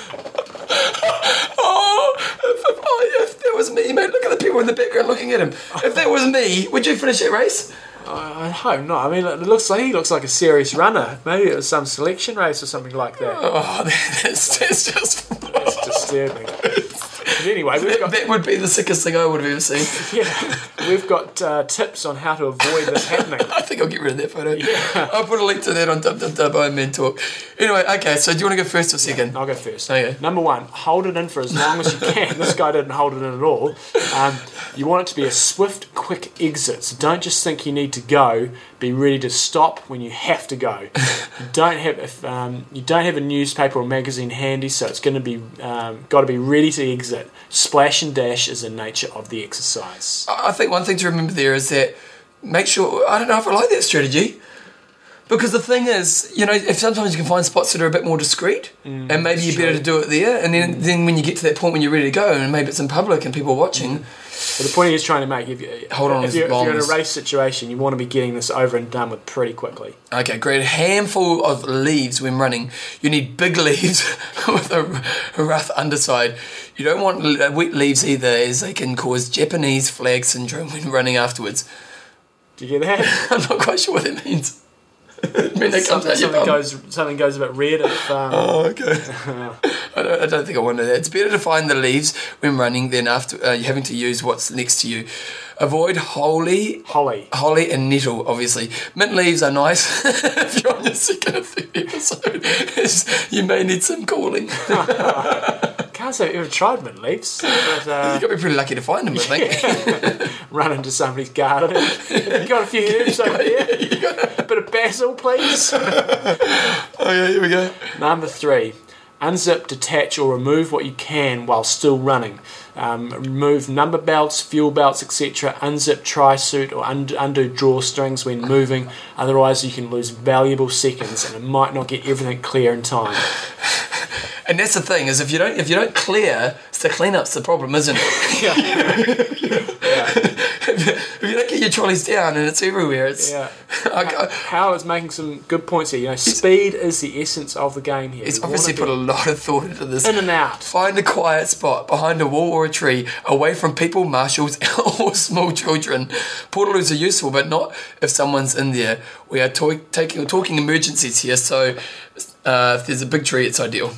[SPEAKER 1] Oh, if, if, oh, if that was me, mate, look at the people in the background looking at him. If that was me, would you finish that race?
[SPEAKER 2] I hope not. I mean, it looks like he looks like a serious runner. Maybe it was some selection race or something like that.
[SPEAKER 1] Oh, that, that's, that's just.
[SPEAKER 2] It's disturbing. But anyway, we've
[SPEAKER 1] That,
[SPEAKER 2] got
[SPEAKER 1] that would be the sickest thing I would have ever seen.
[SPEAKER 2] yeah, we've got uh, tips on how to avoid this happening.
[SPEAKER 1] I think I'll get rid of that photo. I'll put a link to that on Dub Dub Dub Iron Man Talk. Anyway, okay, so do you want to go first or second?
[SPEAKER 2] I'll go first.
[SPEAKER 1] Okay.
[SPEAKER 2] Number one, hold it in for as long as you can. this guy didn't hold it in at all. Um, you want it to be a swift, quick exit. So don't just think you need to go. Be ready to stop when you have to go. You don't have if um, you don't have a newspaper or magazine handy, so it's going to be um, got to be ready to exit. Splash and dash is the nature of the exercise.
[SPEAKER 1] I I think one thing to remember there is that make sure, I don't know if I like that strategy. Because the thing is, you know, if sometimes you can find spots that are a bit more discreet, and maybe you're better to do it there, and then, then when you get to that point when you're ready to go, and maybe it's in public and people are watching,
[SPEAKER 2] But the point he's trying to make, if, you,
[SPEAKER 1] Hold on
[SPEAKER 2] if,
[SPEAKER 1] as
[SPEAKER 2] you're, if
[SPEAKER 1] long
[SPEAKER 2] you're in a
[SPEAKER 1] as-
[SPEAKER 2] race situation, you want to be getting this over and done with pretty quickly.
[SPEAKER 1] Okay, great. A handful of leaves when running. You need big leaves with a, a rough underside. You don't want l- uh, wet leaves either, as they can cause Japanese flag syndrome when running afterwards.
[SPEAKER 2] Do you get that?
[SPEAKER 1] I'm not quite sure what that means. when that comes
[SPEAKER 2] something,
[SPEAKER 1] out your bum.
[SPEAKER 2] something goes something goes a bit red if um,
[SPEAKER 1] Oh, okay. I, don't, I don't think I want to. do that. It's better to find the leaves when running than after uh, having to use what's next to you. Avoid wholly
[SPEAKER 2] holly.
[SPEAKER 1] Holly and nettle, obviously. Mint leaves are nice. if you're on your second or third episode, it's- you may need some calling. You've
[SPEAKER 2] Can't say I've ever tried mint leaves, but uh,
[SPEAKER 1] got to be pretty lucky to find them, I think.
[SPEAKER 2] run into somebody's garden. Have you got a few herbs over there? bit of basil, please.
[SPEAKER 1] Oh, yeah, here we go.
[SPEAKER 2] Number three. Unzip, detach, or remove what you can while still running. Um, remove number belts, fuel belts, etc. Unzip tri suit or und- undo drawstrings when moving, otherwise, you can lose valuable seconds and it might not get everything clear in time.
[SPEAKER 1] And that's the thing is if you don't if you don't clear, it's the cleanup's the problem, isn't it?
[SPEAKER 2] Yeah.
[SPEAKER 1] if you don't get your trolley's down and it's everywhere. It's
[SPEAKER 2] Yeah.
[SPEAKER 1] I- I-
[SPEAKER 2] Howell is making some good points here. You know, speed is the essence of the game here.
[SPEAKER 1] it's
[SPEAKER 2] You wanna
[SPEAKER 1] obviously
[SPEAKER 2] be
[SPEAKER 1] put a lot of thought into this.
[SPEAKER 2] in and out.
[SPEAKER 1] Find a quiet spot behind a wall or a tree, away from people, marshals, or small children. Portaloos are useful, but not if someone's in there. We are to- taking talking emergencies here, so uh, if there's a big tree, it's ideal.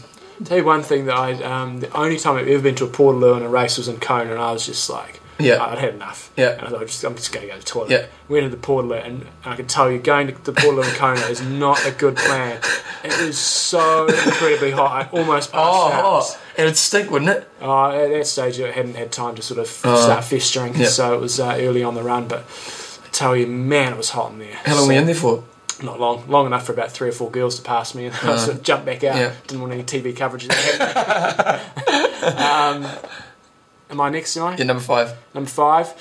[SPEAKER 2] Tell you one thing that I, um, the only time I've ever been to a Portaloo in a race was in Kona, and I was just like,
[SPEAKER 1] Yeah.
[SPEAKER 2] I'd had enough.
[SPEAKER 1] Yeah.
[SPEAKER 2] And I thought, I'm just, I'm just going to go to the toilet.
[SPEAKER 1] Yeah.
[SPEAKER 2] Went to the Portaloo, and I could tell you, going to the Portaloo in Kona is not a good plan. It was so incredibly hot. I almost passed
[SPEAKER 1] Oh,
[SPEAKER 2] out.
[SPEAKER 1] oh, it'd stink, wouldn't it?
[SPEAKER 2] Uh, at that stage, I hadn't had time to sort of start festering,
[SPEAKER 1] Oh. yeah.
[SPEAKER 2] so it was uh, early on the run. But I tell you, man, it was hot in there.
[SPEAKER 1] How long
[SPEAKER 2] So-
[SPEAKER 1] were you in there for?
[SPEAKER 2] Not long, long enough for about three or four girls to pass me, and I sort of jumped back out.
[SPEAKER 1] Yeah.
[SPEAKER 2] Didn't want any TV coverage. Of that. um, am I next? Am I
[SPEAKER 1] Yeah, number five.
[SPEAKER 2] number five?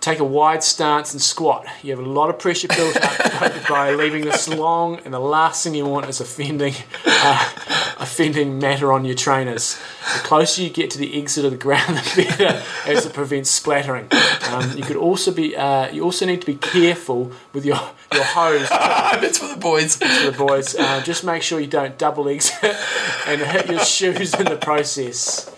[SPEAKER 2] Take a wide stance and squat. You have a lot of pressure built up by leaving this long, and the last thing you want is offending, uh, offending matter on your trainers. The closer you get to the exit of the ground, the better, as it prevents splattering. Um, you could also be, uh, you also need to be careful with your your hose
[SPEAKER 1] Ah, that's for the boys.
[SPEAKER 2] for the boys. Uh, just make sure you don't double exit and hit your shoes in the process.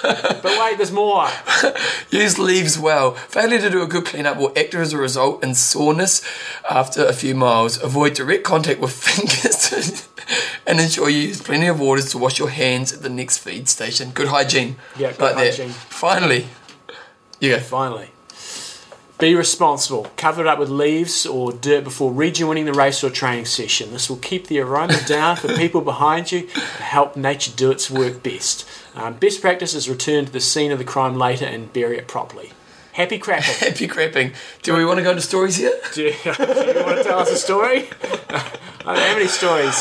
[SPEAKER 2] But wait, there's more.
[SPEAKER 1] Use leaves well. Failure to do a good cleanup will act as a result in soreness after a few miles. Avoid direct contact with fingers and ensure you use plenty of water to wash your hands at the next feed station. Good hygiene.
[SPEAKER 2] Yeah, good hygiene.
[SPEAKER 1] Finally. You go.
[SPEAKER 2] Finally. Be responsible. Cover it up with leaves or dirt before rejoining the race or training session. This will keep the aroma down for people behind you and help nature do its work best. Um, best practice is return to the scene of the crime later and bury it properly. Happy crapping.
[SPEAKER 1] Happy crapping. Do we want to go into stories here?
[SPEAKER 2] Do you, do you want to tell us a story? I don't have any stories.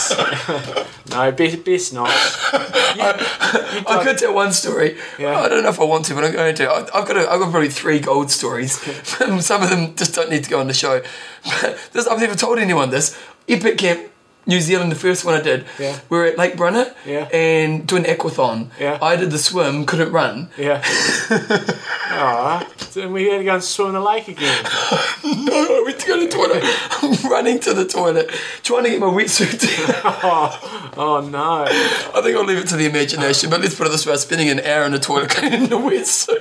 [SPEAKER 2] no, best, best not. You, you
[SPEAKER 1] I
[SPEAKER 2] type-
[SPEAKER 1] could tell one story.
[SPEAKER 2] Yeah.
[SPEAKER 1] I don't know if I want to, but I'm going to. I- I've got, a, I've got probably three gold stories. Some of them just don't need to go on the show. But this, I've never told anyone this. Epic Camp New Zealand, the first one I did.
[SPEAKER 2] Yeah.
[SPEAKER 1] We were at Lake Brunner
[SPEAKER 2] Yeah.
[SPEAKER 1] and doing aquathon.
[SPEAKER 2] Yeah.
[SPEAKER 1] I did the swim, couldn't run.
[SPEAKER 2] yeah. Aww. Then we had to go and swim in the lake again.
[SPEAKER 1] No, I went to go to the toilet. I'm running to the toilet, trying to get my wetsuit. down.
[SPEAKER 2] Oh, oh no.
[SPEAKER 1] I think I'll leave it to the imagination, but let's put it this way: I was spending an hour in the toilet cleaning the wetsuit.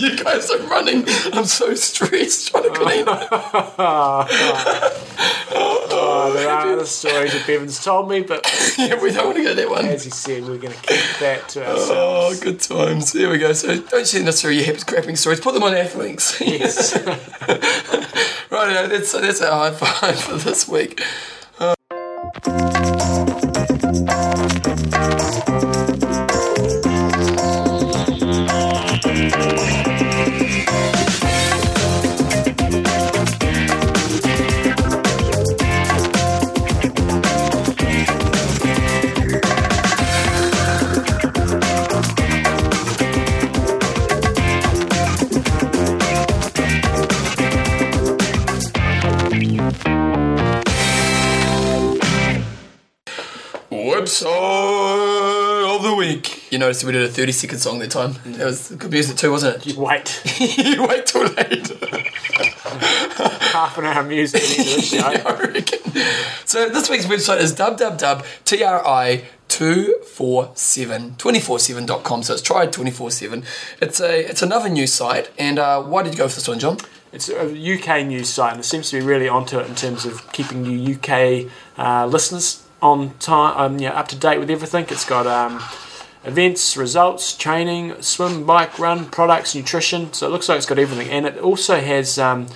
[SPEAKER 1] you guys are running. I'm so stressed trying to clean. it.
[SPEAKER 2] Oh, there are other stories that Bevan's told me, but
[SPEAKER 1] yeah, we don't want to go that one.
[SPEAKER 2] as he said, we're going to keep that to
[SPEAKER 1] Oh,
[SPEAKER 2] ourselves.
[SPEAKER 1] good times. There we go. So don't send us through your hip crapping stories. Put them on Athlinks.
[SPEAKER 2] Yes.
[SPEAKER 1] right, that's, that's our high five for this week. Website of the week. You noticed we did a 30 second song that time. That was good music too, wasn't it?
[SPEAKER 2] Wait,
[SPEAKER 1] you wait till late.
[SPEAKER 2] half an hour of music into the show.
[SPEAKER 1] Yeah, I reckon. So this week's website is www.tri. 247 247.com so it's tried 24/7 it's a it's another news site and uh, why did you go for this one John
[SPEAKER 2] It's a UK news site, and it seems to be really onto it in terms of keeping you UK uh, listeners on time, um, yeah, up to date with everything. It's got um, events, results, training, swim, bike, run, products, nutrition. So it looks like it's got everything, and it also has. Um,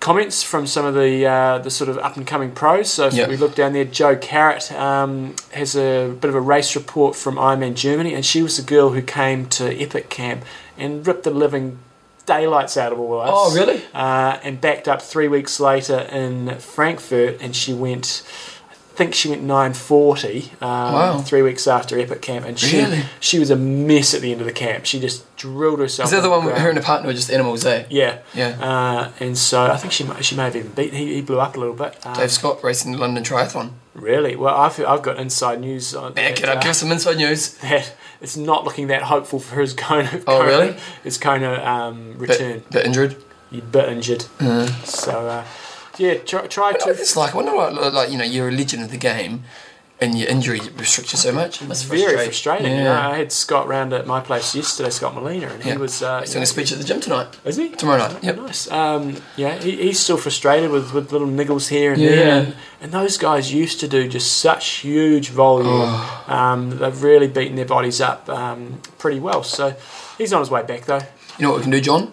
[SPEAKER 2] Comments from some of the uh, the sort of up and coming pros. So if
[SPEAKER 1] Yeah.
[SPEAKER 2] we look down there, Joe Carrot um, has a bit of a race report from Ironman Germany, and she was the girl who came to Epic Camp and ripped the living daylights out of all of us
[SPEAKER 1] Oh, really?
[SPEAKER 2] uh, and backed up three weeks later in Frankfurt, and she went. I think she went 940 um,
[SPEAKER 1] Wow.
[SPEAKER 2] three weeks after Epic Camp, and she
[SPEAKER 1] Really?
[SPEAKER 2] she was a mess at the end of the camp. She just drilled herself.
[SPEAKER 1] is that the one Um,
[SPEAKER 2] in
[SPEAKER 1] with
[SPEAKER 2] ground.
[SPEAKER 1] her and her partner were just animals eh
[SPEAKER 2] Yeah,
[SPEAKER 1] Yeah.
[SPEAKER 2] Uh, and so I think she might, she may have even beat. He, he blew up a little bit. Um,
[SPEAKER 1] Dave Scott racing the London Triathlon
[SPEAKER 2] really? Well, I've I've got inside news on
[SPEAKER 1] yeah
[SPEAKER 2] that,
[SPEAKER 1] kid I'll
[SPEAKER 2] uh,
[SPEAKER 1] give us some inside news
[SPEAKER 2] that It's not looking that hopeful for his Kona.
[SPEAKER 1] Oh,
[SPEAKER 2] Kona-
[SPEAKER 1] really?
[SPEAKER 2] His Kona um, return.
[SPEAKER 1] bit, bit injured
[SPEAKER 2] you'd bit injured. So uh, yeah, try, try
[SPEAKER 1] I know what
[SPEAKER 2] to.
[SPEAKER 1] oh, it's like. I wonder, like, like, you know, you're a legend of the game, and your injury restricts you so much. That's
[SPEAKER 2] Very frustrating. You know, I had Scott round at my place yesterday, Scott Molina, and he
[SPEAKER 1] Yeah.
[SPEAKER 2] was. Uh,
[SPEAKER 1] He's doing a speech at the gym tonight.
[SPEAKER 2] Is he?
[SPEAKER 1] Tomorrow night.
[SPEAKER 2] Yeah,
[SPEAKER 1] Yep.
[SPEAKER 2] Nice. Um, yeah, he, he's still frustrated with, with little niggles here and
[SPEAKER 1] Yeah.
[SPEAKER 2] there. And, and those guys used to do just such huge volume.
[SPEAKER 1] Oh.
[SPEAKER 2] um, they've really beaten their bodies up um, pretty well. So he's on his way back, though.
[SPEAKER 1] You know what we can do, John?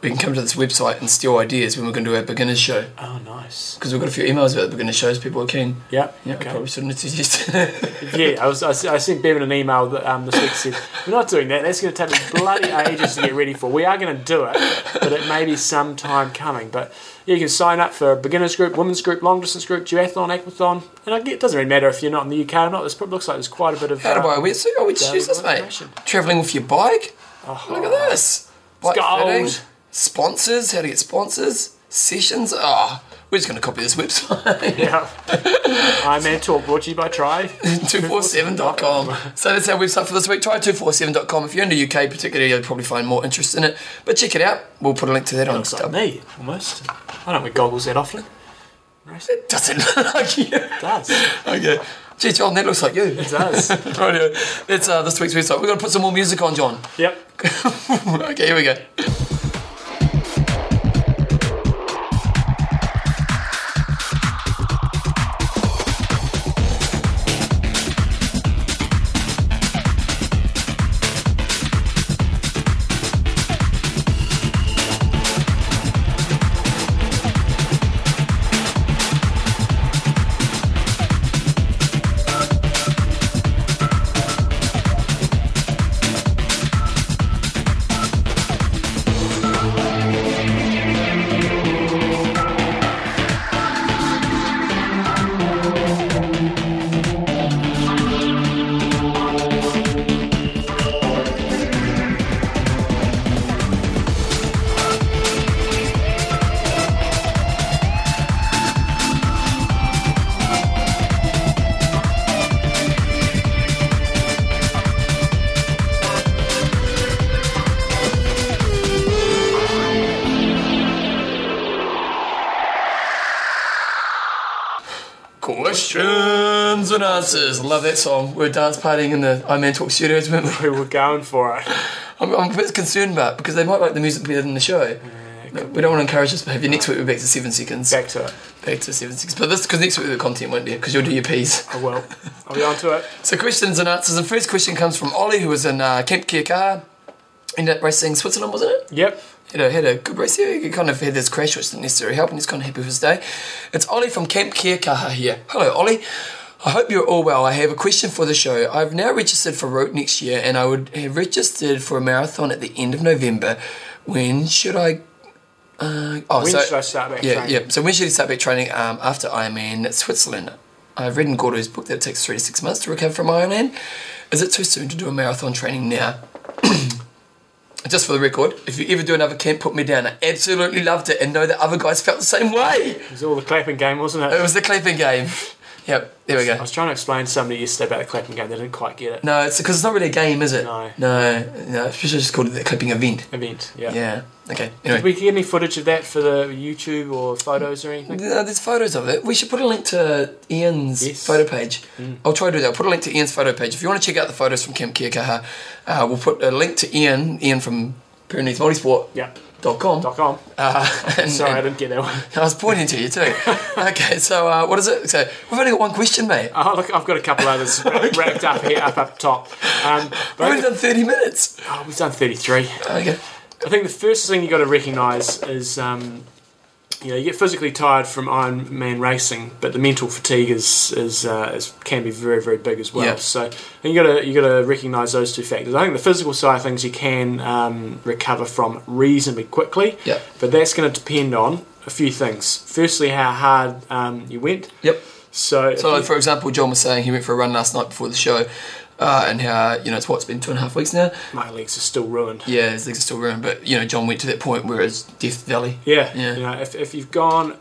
[SPEAKER 1] We can come to this website and steal ideas when we're going to do our beginners show.
[SPEAKER 2] Oh, nice.
[SPEAKER 1] Because we've got a few emails about the beginner shows, people are keen.
[SPEAKER 2] Yeah.
[SPEAKER 1] Yeah, I
[SPEAKER 2] okay.
[SPEAKER 1] probably shouldn't have suggested.
[SPEAKER 2] Yeah, I, was, I, s- I sent Bevan an email that, um, this week said, We're not doing that. That's going to take me bloody ages to get ready for. We are going to do it, but it may be some time coming. But yeah, you can sign up for a beginners group, women's group, long distance group, duathlon, aquathon. And I get, it doesn't really matter if you're not in the UK or not. This probably looks like there's quite a bit of.
[SPEAKER 1] How to
[SPEAKER 2] uh,
[SPEAKER 1] buy a wetsuit? Oh, we just
[SPEAKER 2] Yeah,
[SPEAKER 1] use this, mate.
[SPEAKER 2] information.
[SPEAKER 1] Travelling with your bike. Look at this. Bike
[SPEAKER 2] Oh. gold.
[SPEAKER 1] fitting. Sponsors. How to get sponsors. Sessions. Ah, we're just going to copy this website.
[SPEAKER 2] yeah. I'm Air Talk brought to you by Try.
[SPEAKER 1] 247.com. So that's our website for this week. Try 247.com. If you're in the UK, particularly, you'll probably find more interest in it. But check it out. We'll put a link to that on
[SPEAKER 2] Looks like
[SPEAKER 1] stub.
[SPEAKER 2] me, almost. I don't wear goggles that often. Race- It
[SPEAKER 1] Doesn't look like you.
[SPEAKER 2] does. It
[SPEAKER 1] Okay. Gee, John, that looks like you. uh,
[SPEAKER 2] does.
[SPEAKER 1] Right, that's uh, this week's website. We're going to put some more music on, John.
[SPEAKER 2] Yep.
[SPEAKER 1] okay, here we go. Questions and answers. Love that song. We were dance partying in the Iron Man Talk studios, weren't we?
[SPEAKER 2] We were going for it.
[SPEAKER 1] I'm, I'm a bit concerned about it because they might like the music better than the show. But we don't want to encourage this behaviour. Next week we're back to seven seconds.
[SPEAKER 2] Back to it.
[SPEAKER 1] Back to seven seconds. But this because next week the content won't be because you'll do your piece.
[SPEAKER 2] I will. I'll be on to it.
[SPEAKER 1] So questions and answers. The first question comes from Ollie, who was in uh, Camp Kierkegaard. Ended up racing Switzerland, wasn't it?
[SPEAKER 2] Yep.
[SPEAKER 1] had a, had a good race here. He kind of had this crash, which didn't necessarily help, and he's kind of happy with his day. It's Ollie from Camp Kierkaha here. Hello, Ollie. I hope you're all well. I have a question for the show. I've now registered for Rote next year, and I would have registered for a marathon at the end of November. When should I? Uh, oh,
[SPEAKER 2] When
[SPEAKER 1] so,
[SPEAKER 2] should I start back
[SPEAKER 1] yeah,
[SPEAKER 2] training?
[SPEAKER 1] yeah. So when should he start back training um, after Ironman Switzerland? I've read in Gordo's book that it takes three to six months to recover from Ironman. Is it too soon to do a marathon training now? Just for the record, if you ever do another camp, put me down. I absolutely loved it and know that other guys felt the same way.
[SPEAKER 2] It was all the clapping game, wasn't
[SPEAKER 1] It
[SPEAKER 2] it?
[SPEAKER 1] was the clapping game. Yep, there we
[SPEAKER 2] I
[SPEAKER 1] go.
[SPEAKER 2] was trying to explain to somebody yesterday about the clapping game. They didn't quite get it.
[SPEAKER 1] No, it's because it's not really a game, is it?
[SPEAKER 2] No.
[SPEAKER 1] No, no, it's just called the clapping event.
[SPEAKER 2] Event. Yeah.
[SPEAKER 1] Yeah. Okay.
[SPEAKER 2] Did
[SPEAKER 1] Anyway.
[SPEAKER 2] we get any footage of that for the YouTube or photos or anything?
[SPEAKER 1] Uh, there's photos of it. We should put a link to Ian's
[SPEAKER 2] Yes. Mm.
[SPEAKER 1] photo page. I'll try to do that. I'll put a link to Ian's photo page. If you want to check out the photos from Camp Kierkaha, uh, we'll put a link to Ian, Ian from Pyrenees Multisport.
[SPEAKER 2] Yeah.
[SPEAKER 1] Dot com.
[SPEAKER 2] Dot com.
[SPEAKER 1] Uh, Mm. and-
[SPEAKER 2] Sorry, I
[SPEAKER 1] and-
[SPEAKER 2] didn't get that one.
[SPEAKER 1] I was pointing to you too. okay, so uh, what is it? So we've only got one question, mate.
[SPEAKER 2] Oh, look, I've got a couple others ra- racked up here, up up top. Um,
[SPEAKER 1] We've
[SPEAKER 2] but
[SPEAKER 1] only done thirty minutes.
[SPEAKER 2] oh, we've done 33.
[SPEAKER 1] Okay.
[SPEAKER 2] I think the first thing you got to recognise is, um, you know, you get physically tired from Ironman racing, but the mental fatigue is is, uh, is can be very very big as well.
[SPEAKER 1] Yeah.
[SPEAKER 2] So I think you got to you got to recognise those two factors. I think the physical side of things you can um, recover from reasonably quickly,
[SPEAKER 1] Yeah.
[SPEAKER 2] but that's going to depend on a few things. Firstly, how hard um, you went.
[SPEAKER 1] Yep.
[SPEAKER 2] So, if
[SPEAKER 1] So,
[SPEAKER 2] you-
[SPEAKER 1] like, for example, John was saying he went for a run last night before the show, uh, and how you know it's what's been two and a half weeks now.
[SPEAKER 2] my legs are still ruined.
[SPEAKER 1] Yeah, his legs are still ruined, but you know John went to that point where it's Death Valley.
[SPEAKER 2] Yeah,
[SPEAKER 1] Yeah.
[SPEAKER 2] You know, if, if you've gone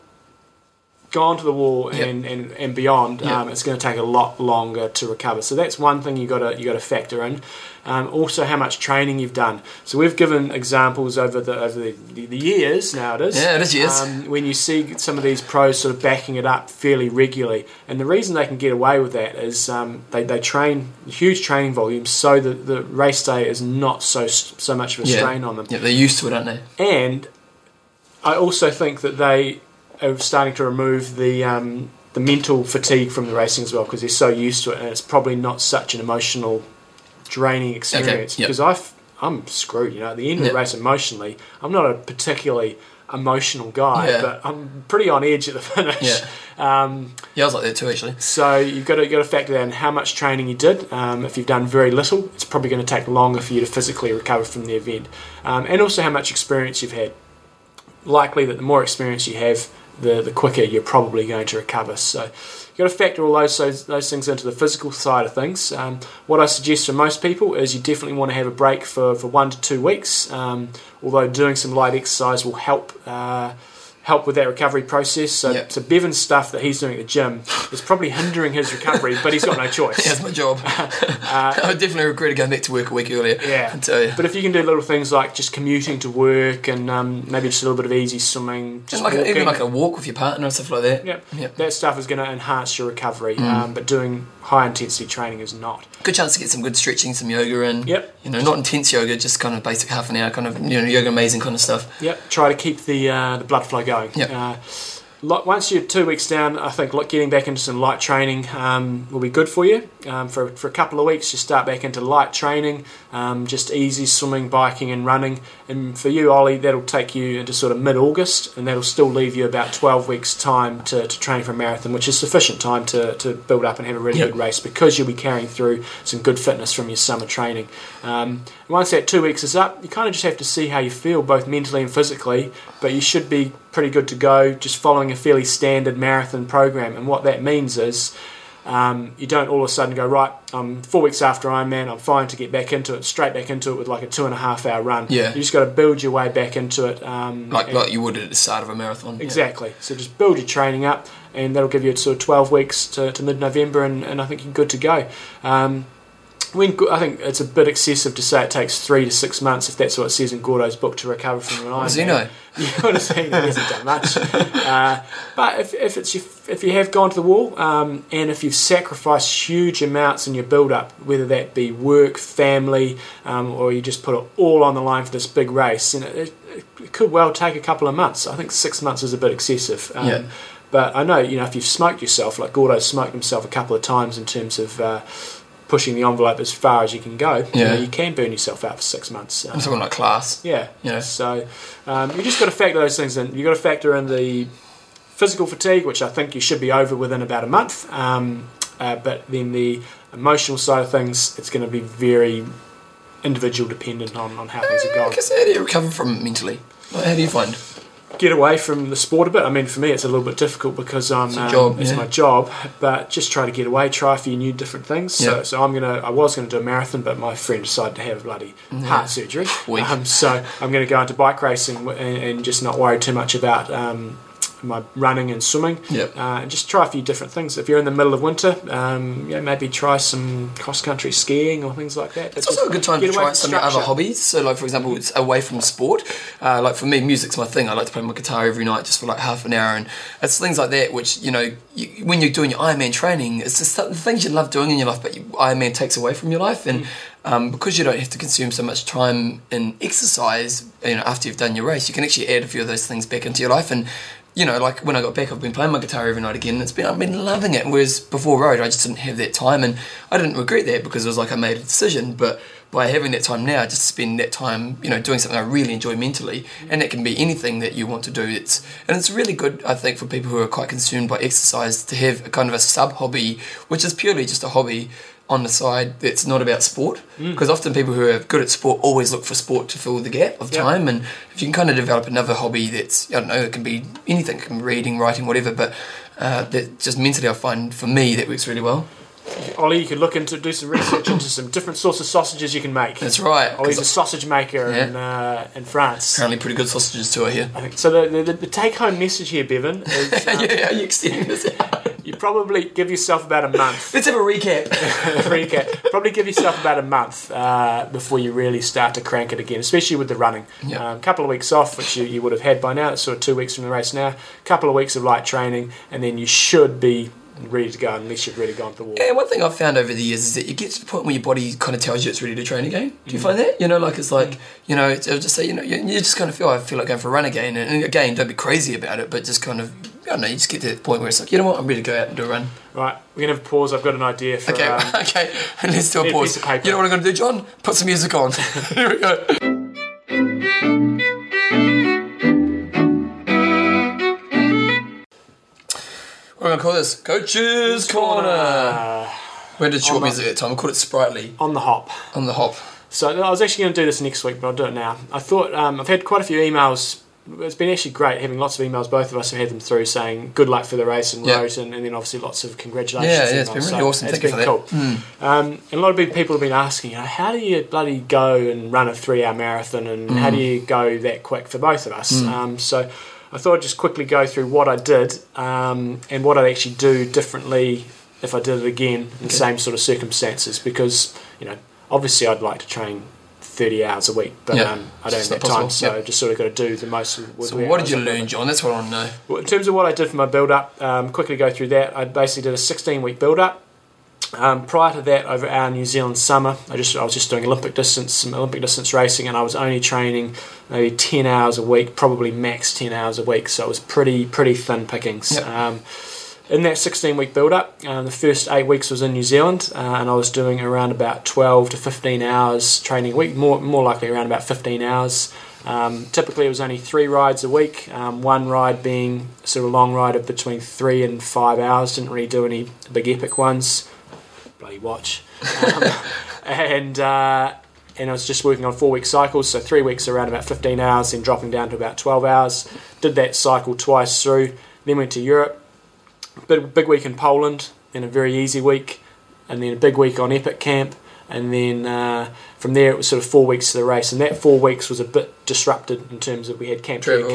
[SPEAKER 2] gone to the wall
[SPEAKER 1] Yep.
[SPEAKER 2] and, and, and beyond,
[SPEAKER 1] Yep.
[SPEAKER 2] um, it's going to take a lot longer to recover. So that's one thing you got to you got to factor in. Um, also, how much training you've done. So we've given examples over the over the, the, the years now. It is
[SPEAKER 1] Yeah, it is years.
[SPEAKER 2] Um, when you see some of these pros sort of backing it up fairly regularly, and the reason they can get away with that is um, they they train huge training volumes, so that the race day is not so so much of a
[SPEAKER 1] Yeah.
[SPEAKER 2] strain on them.
[SPEAKER 1] Yeah, they're used to it, aren't they?
[SPEAKER 2] And I also think that they are starting to remove the um, the mental fatigue from the racing as well because they're so used to it, and it's probably not such an emotional draining experience.
[SPEAKER 1] yep.
[SPEAKER 2] Because I've I'm screwed, you know. At the end of
[SPEAKER 1] Yep.
[SPEAKER 2] the race, emotionally, I'm not a particularly emotional guy,
[SPEAKER 1] Yeah.
[SPEAKER 2] but I'm pretty on edge at the finish. Um,
[SPEAKER 1] Yeah, I was like that too, actually.
[SPEAKER 2] so you've got to you've got to factor that in how much training you did. Um, if you've done very little, it's probably going to take longer for you to physically recover from the event, um, and also how much experience you've had. Likely that the more experience you have, the the quicker you're probably going to recover. So you've got to factor all those those, those things into the physical side of things. Um, what I suggest for most people is you definitely want to have a break for, for one to two weeks. Um, although doing some light exercise will help. Uh, help with that recovery process. So,
[SPEAKER 1] Yep.
[SPEAKER 2] so Bevan's stuff that he's doing at the gym is probably hindering his recovery, but he's got no
[SPEAKER 1] Yeah,
[SPEAKER 2] choice.
[SPEAKER 1] that's my job. I would definitely regret going back to work a week earlier.
[SPEAKER 2] Yeah.
[SPEAKER 1] I tell you.
[SPEAKER 2] But if you can do little things like just commuting to work and um, maybe just a little bit of easy swimming,
[SPEAKER 1] Just
[SPEAKER 2] just
[SPEAKER 1] like a, even
[SPEAKER 2] walking.
[SPEAKER 1] like a walk with your partner and stuff like that.
[SPEAKER 2] Yep.
[SPEAKER 1] Yep.
[SPEAKER 2] That stuff is going to enhance your recovery,
[SPEAKER 1] Mm.
[SPEAKER 2] um, but doing high intensity training is not.
[SPEAKER 1] Good chance to get some good stretching, some yoga in.
[SPEAKER 2] Yep.
[SPEAKER 1] You know, not intense yoga, just kind of basic half an hour kind of you know yoga amazing kind of stuff.
[SPEAKER 2] Yep, try to keep the uh, the blood flow going.
[SPEAKER 1] Yep.
[SPEAKER 2] Uh, lo- once you're two weeks down, I think like, getting back into some light training um, will be good for you. Um, for, for a couple of weeks, just start back into light training, um, just easy swimming, biking, and running. And for you, Ollie, that'll take you into sort of mid August, and that'll still leave you about 12 weeks' time to, to train for a marathon, which is sufficient time to, to build up and have a really
[SPEAKER 1] Yep.
[SPEAKER 2] good race because you'll be carrying through some good fitness from your summer training. Um, and once that two weeks is up, you kind of just have to see how you feel, both mentally and physically. But you should be pretty good to go, just following a fairly standard marathon program. And what that means is um, you don't all of a sudden go right. I'm four weeks after Ironman. I'm fine to get back into it, straight back into it with like a two and a half hour run.
[SPEAKER 1] Yeah.
[SPEAKER 2] you just got to build your way back into it. Um,
[SPEAKER 1] Like
[SPEAKER 2] and-
[SPEAKER 1] like you would at the start of a marathon. Yeah.
[SPEAKER 2] Exactly. So just build your training up, and that'll give you sort of 12 weeks to, to mid November, and, and I think you're good to go. Um, when, Go- I think it's a bit excessive to say it takes three to six months, if that's what it says in Gordo's book, to recover from an Ironman.
[SPEAKER 1] does he know?
[SPEAKER 2] You know what I'm saying? He hasn't done much. Uh, but if, if, it's your, if you have gone to the wall, um, and if you've sacrificed huge amounts in your build up, whether that be work, family, um, or you just put it all on the line for this big race, and it, it, it could well take a couple of months. I think six months is a bit excessive. Um,
[SPEAKER 1] Yeah.
[SPEAKER 2] But I know, you know, if you've smoked yourself, like Gordo smoked himself a couple of times in terms of uh, pushing the envelope as far as you can go, you, know,
[SPEAKER 1] Yeah.
[SPEAKER 2] you can burn yourself out for six months. Um,
[SPEAKER 1] I'm talking like class.
[SPEAKER 2] yeah.
[SPEAKER 1] Yeah.
[SPEAKER 2] So um, you just got to factor those things in. You got to factor in the physical fatigue, which I think you should be over within about a month. Um, uh, but then the emotional side of things, it's going to be very individual dependent on, on how things are
[SPEAKER 1] I
[SPEAKER 2] going.
[SPEAKER 1] guess how do you recover from it mentally? Like, how do you find?
[SPEAKER 2] Get away from the sport a bit. I mean, for me, it's a little bit difficult because I'm
[SPEAKER 1] a
[SPEAKER 2] um,
[SPEAKER 1] job,
[SPEAKER 2] it's
[SPEAKER 1] yeah.
[SPEAKER 2] my job. But just try to get away. Try a few new different things. So,
[SPEAKER 1] Yeah.
[SPEAKER 2] so I'm gonna. I was gonna do a marathon, but my friend decided to have bloody heart surgery.
[SPEAKER 1] Mm-hmm. Weak.
[SPEAKER 2] Um, so I'm going to go into bike racing w- and, and just not worry too much about um, my running and swimming.
[SPEAKER 1] Yep.
[SPEAKER 2] Uh, and just try a few different things. If you're in the middle of winter, um, yeah, maybe try some cross country skiing or things like that.
[SPEAKER 1] It's also a good time to
[SPEAKER 2] Get away
[SPEAKER 1] try
[SPEAKER 2] from
[SPEAKER 1] some other
[SPEAKER 2] structure.
[SPEAKER 1] hobbies. So, like for example, it's away from sport. Uh, like for me, music's my thing. I like to play my guitar every night just for like half an hour, and it's things like that. Which you know, you, when you're doing your Ironman training, it's just the things you love doing in your life, but you, Ironman takes away from your life, and um, because you don't have to consume so much time in exercise, you know, after you've done your race, you can actually add a few of those things back into your life, and you know, like when I got back, I've been playing my guitar every night again. And it's been I've been loving it. Whereas before road, I just didn't have that time, and I didn't regret that because it was like I made a decision. But by having that time now, just spend that time, you know, doing something I really enjoy mentally, and it can be anything that you want to do. It's and it's really good, I think, for people who are quite consumed by exercise to have a kind of a sub hobby, which is purely just a hobby on the side that's not about sport because often people who are good at sport always look for sport to fill the gap of
[SPEAKER 2] Yep.
[SPEAKER 1] time and if you can kind of develop another hobby that's i don't know it can be anything it can be reading writing whatever but uh, that just mentally i find for me that works really well
[SPEAKER 2] Ollie, you could look into do some research into some different sorts of sausages you can make.
[SPEAKER 1] That's right. 'cause
[SPEAKER 2] Ollie's Oh, a sausage maker in uh, in France.
[SPEAKER 1] apparently pretty good sausages too, I hear.
[SPEAKER 2] I think, so the, the, the take home message here, Bevan, is um,
[SPEAKER 1] yeah, are you extending this?
[SPEAKER 2] you probably give yourself about a month.
[SPEAKER 1] Let's have a recap.
[SPEAKER 2] recap. Probably give yourself about a month uh, before you really start to crank it again, especially with the running. A
[SPEAKER 1] Yeah.
[SPEAKER 2] couple of weeks off, which you, you would have had by now. It's sort of two weeks from the race now. couple of weeks of light training, and then you should be ready to go unless you've really gone to the wall.
[SPEAKER 1] And one thing I've found over the years is that you get to the point where your body kind of tells you it's ready to train again.
[SPEAKER 2] Mm.
[SPEAKER 1] Do you find that? You know, like it's like, you know, it's- it'll just say, you know, you, you just kind of feel, I feel like going for a run again. And, and again, don't be crazy about it, but just kind of, I don't know, you just get to that point where it's like, you know what, I'm ready to go out and do a run.
[SPEAKER 2] Right, we're going to have a pause. I've got an idea for.
[SPEAKER 1] Okay,
[SPEAKER 2] Um,
[SPEAKER 1] okay, and let's do a
[SPEAKER 2] need a
[SPEAKER 1] pause.
[SPEAKER 2] piece of paper.
[SPEAKER 1] You know what I'm going to do, John? Put some music on. Here we go. We're going to call this Coach's Corner.
[SPEAKER 2] uh,
[SPEAKER 1] We did short
[SPEAKER 2] my-
[SPEAKER 1] music at the time. We called it Sprightly
[SPEAKER 2] on the hop.
[SPEAKER 1] on the hop.
[SPEAKER 2] So I was actually going to do this next week, but I'll do it now. I thought um, I've had quite a few emails. It's been actually great having lots of emails. Both of us have had them through saying good luck for the race and
[SPEAKER 1] Yeah.
[SPEAKER 2] wrote, and, and then obviously lots of congratulations.
[SPEAKER 1] Yeah, yeah, it's
[SPEAKER 2] emails.
[SPEAKER 1] been really
[SPEAKER 2] So
[SPEAKER 1] awesome.
[SPEAKER 2] It's
[SPEAKER 1] Thank you
[SPEAKER 2] been
[SPEAKER 1] for Mm.
[SPEAKER 2] cool. Um, and a lot of big people have been asking, you know, how do you bloody go and run a three-hour marathon, and
[SPEAKER 1] Mm.
[SPEAKER 2] how do you go that quick for both of us? Um, so I thought I'd just quickly go through what I did um, and what I'd actually do differently if I did it again in the same sort of circumstances, because you know, obviously I'd like to train. 30 hours a week, but
[SPEAKER 1] Yeah.
[SPEAKER 2] um, I don't have
[SPEAKER 1] It's
[SPEAKER 2] that
[SPEAKER 1] not possible.
[SPEAKER 2] time, so
[SPEAKER 1] Yeah.
[SPEAKER 2] just sort of got to do the most. With with
[SPEAKER 1] So,
[SPEAKER 2] the
[SPEAKER 1] what
[SPEAKER 2] hours
[SPEAKER 1] did you
[SPEAKER 2] I've got.
[SPEAKER 1] learn, John? That's what I want to know.
[SPEAKER 2] Well, in terms of what I did for my build up, um, quickly go through that. I basically did a 16 week build up. Um, prior to that, over our New Zealand summer, I just I was just doing Olympic distance, some Olympic distance racing, and I was only training maybe 10 hours a week, probably max 10 hours a week. So it was pretty pretty thin pickings.
[SPEAKER 1] Yep.
[SPEAKER 2] Um, in that 16 week build up, um, the first eight weeks was in New Zealand, uh, and I was doing around about 12 to 15 hours training a week, more, more likely around about 15 hours. Um, typically, it was only three rides a week, um, one ride being sort of a long ride of between three and five hours. Didn't really do any big epic ones. Bloody watch. Um, and. Uh, and I was just working on four week cycles, so three weeks around about 15 hours, then dropping down to about 12 hours. Did that cycle twice through, then went to Europe, big, big week in Poland, then a very easy week, and then a big week on Epic Camp, and then uh, from there it was sort of four weeks to the race, and that four weeks was a bit disrupted in terms of we had camp in the
[SPEAKER 1] Travel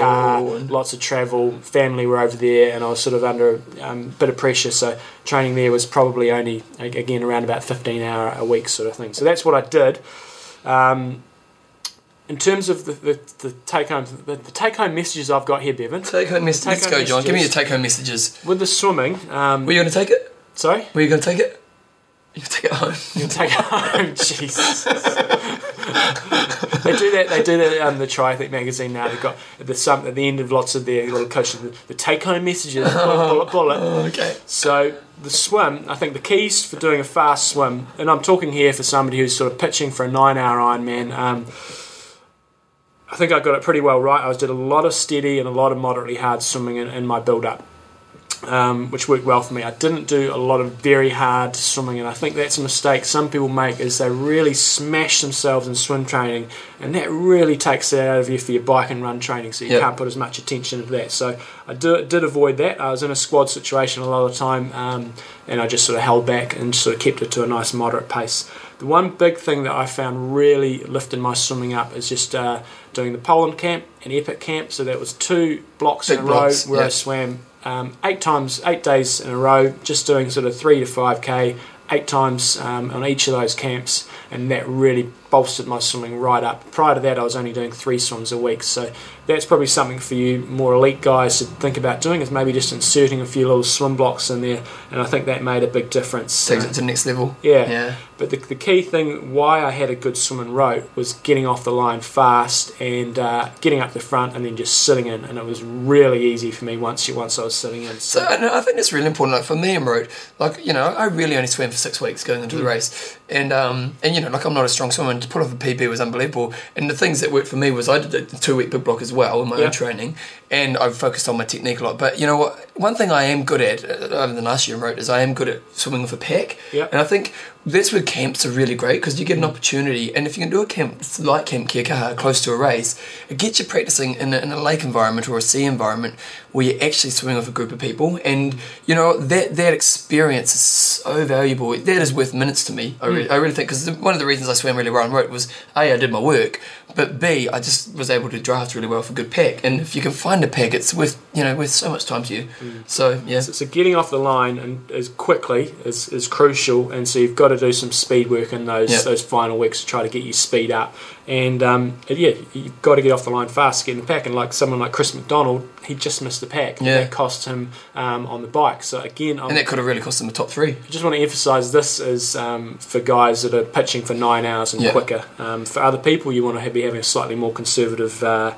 [SPEAKER 2] car,
[SPEAKER 1] and-
[SPEAKER 2] lots of travel, family were over there, and I was sort of under um, a bit of pressure, so training there was probably only a- again around about 15 hour a week sort of thing. So that's what I did. Um, in terms of the, the, the take home the, the take home messages I've got here, Bevan,
[SPEAKER 1] Take home messages. Let's
[SPEAKER 2] Take-home
[SPEAKER 1] go, John. Give me your
[SPEAKER 2] messages.
[SPEAKER 1] take home messages.
[SPEAKER 2] with the swimming, um,
[SPEAKER 1] Were you going to take it?
[SPEAKER 2] sorry.
[SPEAKER 1] Were you going to take it? You take it home.
[SPEAKER 2] You take it home, Jesus. they do that. They do that. Um, the Triathlete magazine now. They've got at the sum at the end of lots of their little coaches the, the take home messages. Bullet, bullet, bullet.
[SPEAKER 1] Oh, okay.
[SPEAKER 2] So the swim. I think the keys for doing a fast swim, and I'm talking here for somebody who's sort of pitching for a nine-hour Ironman. Um, I think I got it pretty well right. I was did a lot of steady and a lot of moderately hard swimming in, in my build-up um, which worked well for me. I didn't do a lot of very hard swimming, and I think that's a mistake some people make is they really smash themselves in swim training, and that really takes it out of you for your bike and run training. So you
[SPEAKER 1] Yeah.
[SPEAKER 2] can't put as much attention into that. So I do, did avoid that. I was in a squad situation a lot of the time, um, and I just sort of held back and sort of kept it to a nice moderate pace. The one big thing that I found really lifted my swimming up is just uh, doing the Poland camp and Epic camp. So that was two blocks in
[SPEAKER 1] Big
[SPEAKER 2] a
[SPEAKER 1] blocks,
[SPEAKER 2] row where I
[SPEAKER 1] yeah.
[SPEAKER 2] swam um, eight times, eight days in a row, just doing sort of three to five k, eight times um, on each of those camps, and that really bolstered my swimming right up. Prior to that, I was only doing three swims a week, so that's probably something for you more elite guys to think about doing is maybe just inserting a few little swim blocks in there, and I think that made a big difference.
[SPEAKER 1] Takes
[SPEAKER 2] Uh,
[SPEAKER 1] it to the next level.
[SPEAKER 2] yeah.
[SPEAKER 1] Yeah.
[SPEAKER 2] But the, the key thing why I had a good swim and row was getting off the line fast and uh, getting up the front and then just sitting in, and it was really easy for me once you once I was sitting in.
[SPEAKER 1] Mm. So and I think that's really important. Like for me and Root, like you know, I really only swam for six weeks going into the race, And um, and you know, like I'm not a strong swimmer, and to put off a PB was unbelievable. And the things that worked for me was I did the two week big block as well in my
[SPEAKER 2] Yeah.
[SPEAKER 1] own training, and I focused on my technique a lot. But you know what? One thing I am good at, uh, other than last year in rote, is I am good at swimming with a pack.
[SPEAKER 2] Yeah.
[SPEAKER 1] And I think that's where camps are really great because you get an opportunity, and if you can do a camp like Camp Kirkaha close to a race, it gets you practicing in a, in a lake environment or a sea environment where you're actually swimming with a group of people, and you know that that experience is so valuable. That is worth minutes to me. I
[SPEAKER 2] Hmm.
[SPEAKER 1] really, I really think because one of the reasons I swam really well on road was a I did my work, but b I just was able to draft really well for good pack, and if you can find a pack, it's worth you know worth so much time to you. So yeah,
[SPEAKER 2] So, so getting off the line and as quickly is, is crucial, and so you've got to do some speed work in those
[SPEAKER 1] Yep.
[SPEAKER 2] those final weeks to try to get your speed up. And um, and yeah, you've got to get off the line fast, get in the pack. And like someone like Chris McDonald, he just missed the pack,
[SPEAKER 1] Yeah.
[SPEAKER 2] and that cost him um, on the bike. So again, I'm,
[SPEAKER 1] and that could have really cost them a top three.
[SPEAKER 2] I just want to emphasise this is um, for guys that are pitching for nine hours and
[SPEAKER 1] Yeah.
[SPEAKER 2] quicker. Um, for other people, you want to be having a slightly more conservative. Uh,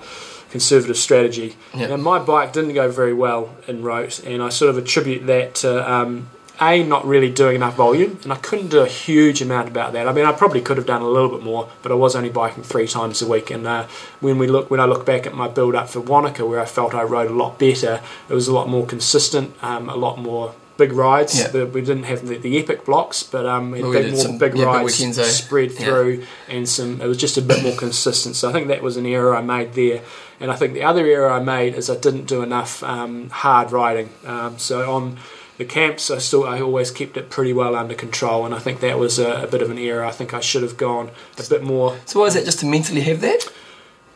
[SPEAKER 2] Conservative strategy.
[SPEAKER 1] Yeah.
[SPEAKER 2] Now, my bike didn't go very well in rote, and I sort of attribute that to um, a not really doing enough volume, and I couldn't do a huge amount about that. I mean, I probably could have done a little bit more, but I was only biking three times a week. And uh, when we look, when I look back at my build up for Wanaka, where I felt I rode a lot better, it was a lot more consistent, um, a lot more big rides.
[SPEAKER 1] Yeah.
[SPEAKER 2] The we didn't have the, the epic blocks, but um, we had
[SPEAKER 1] Well, we
[SPEAKER 2] big,
[SPEAKER 1] did
[SPEAKER 2] more
[SPEAKER 1] some-
[SPEAKER 2] big
[SPEAKER 1] yeah, big
[SPEAKER 2] rides
[SPEAKER 1] weekends, eh?
[SPEAKER 2] spread
[SPEAKER 1] Yeah.
[SPEAKER 2] through, and some. It was just a bit more consistent. So I think that was an error I made there. And I think the other error I made is I didn't do enough um, hard riding. Um, so on the camps, I still I always kept it pretty well under control, and I think that was a, a bit of an error. I think I should have gone a bit more
[SPEAKER 1] So why is that just to mentally have that?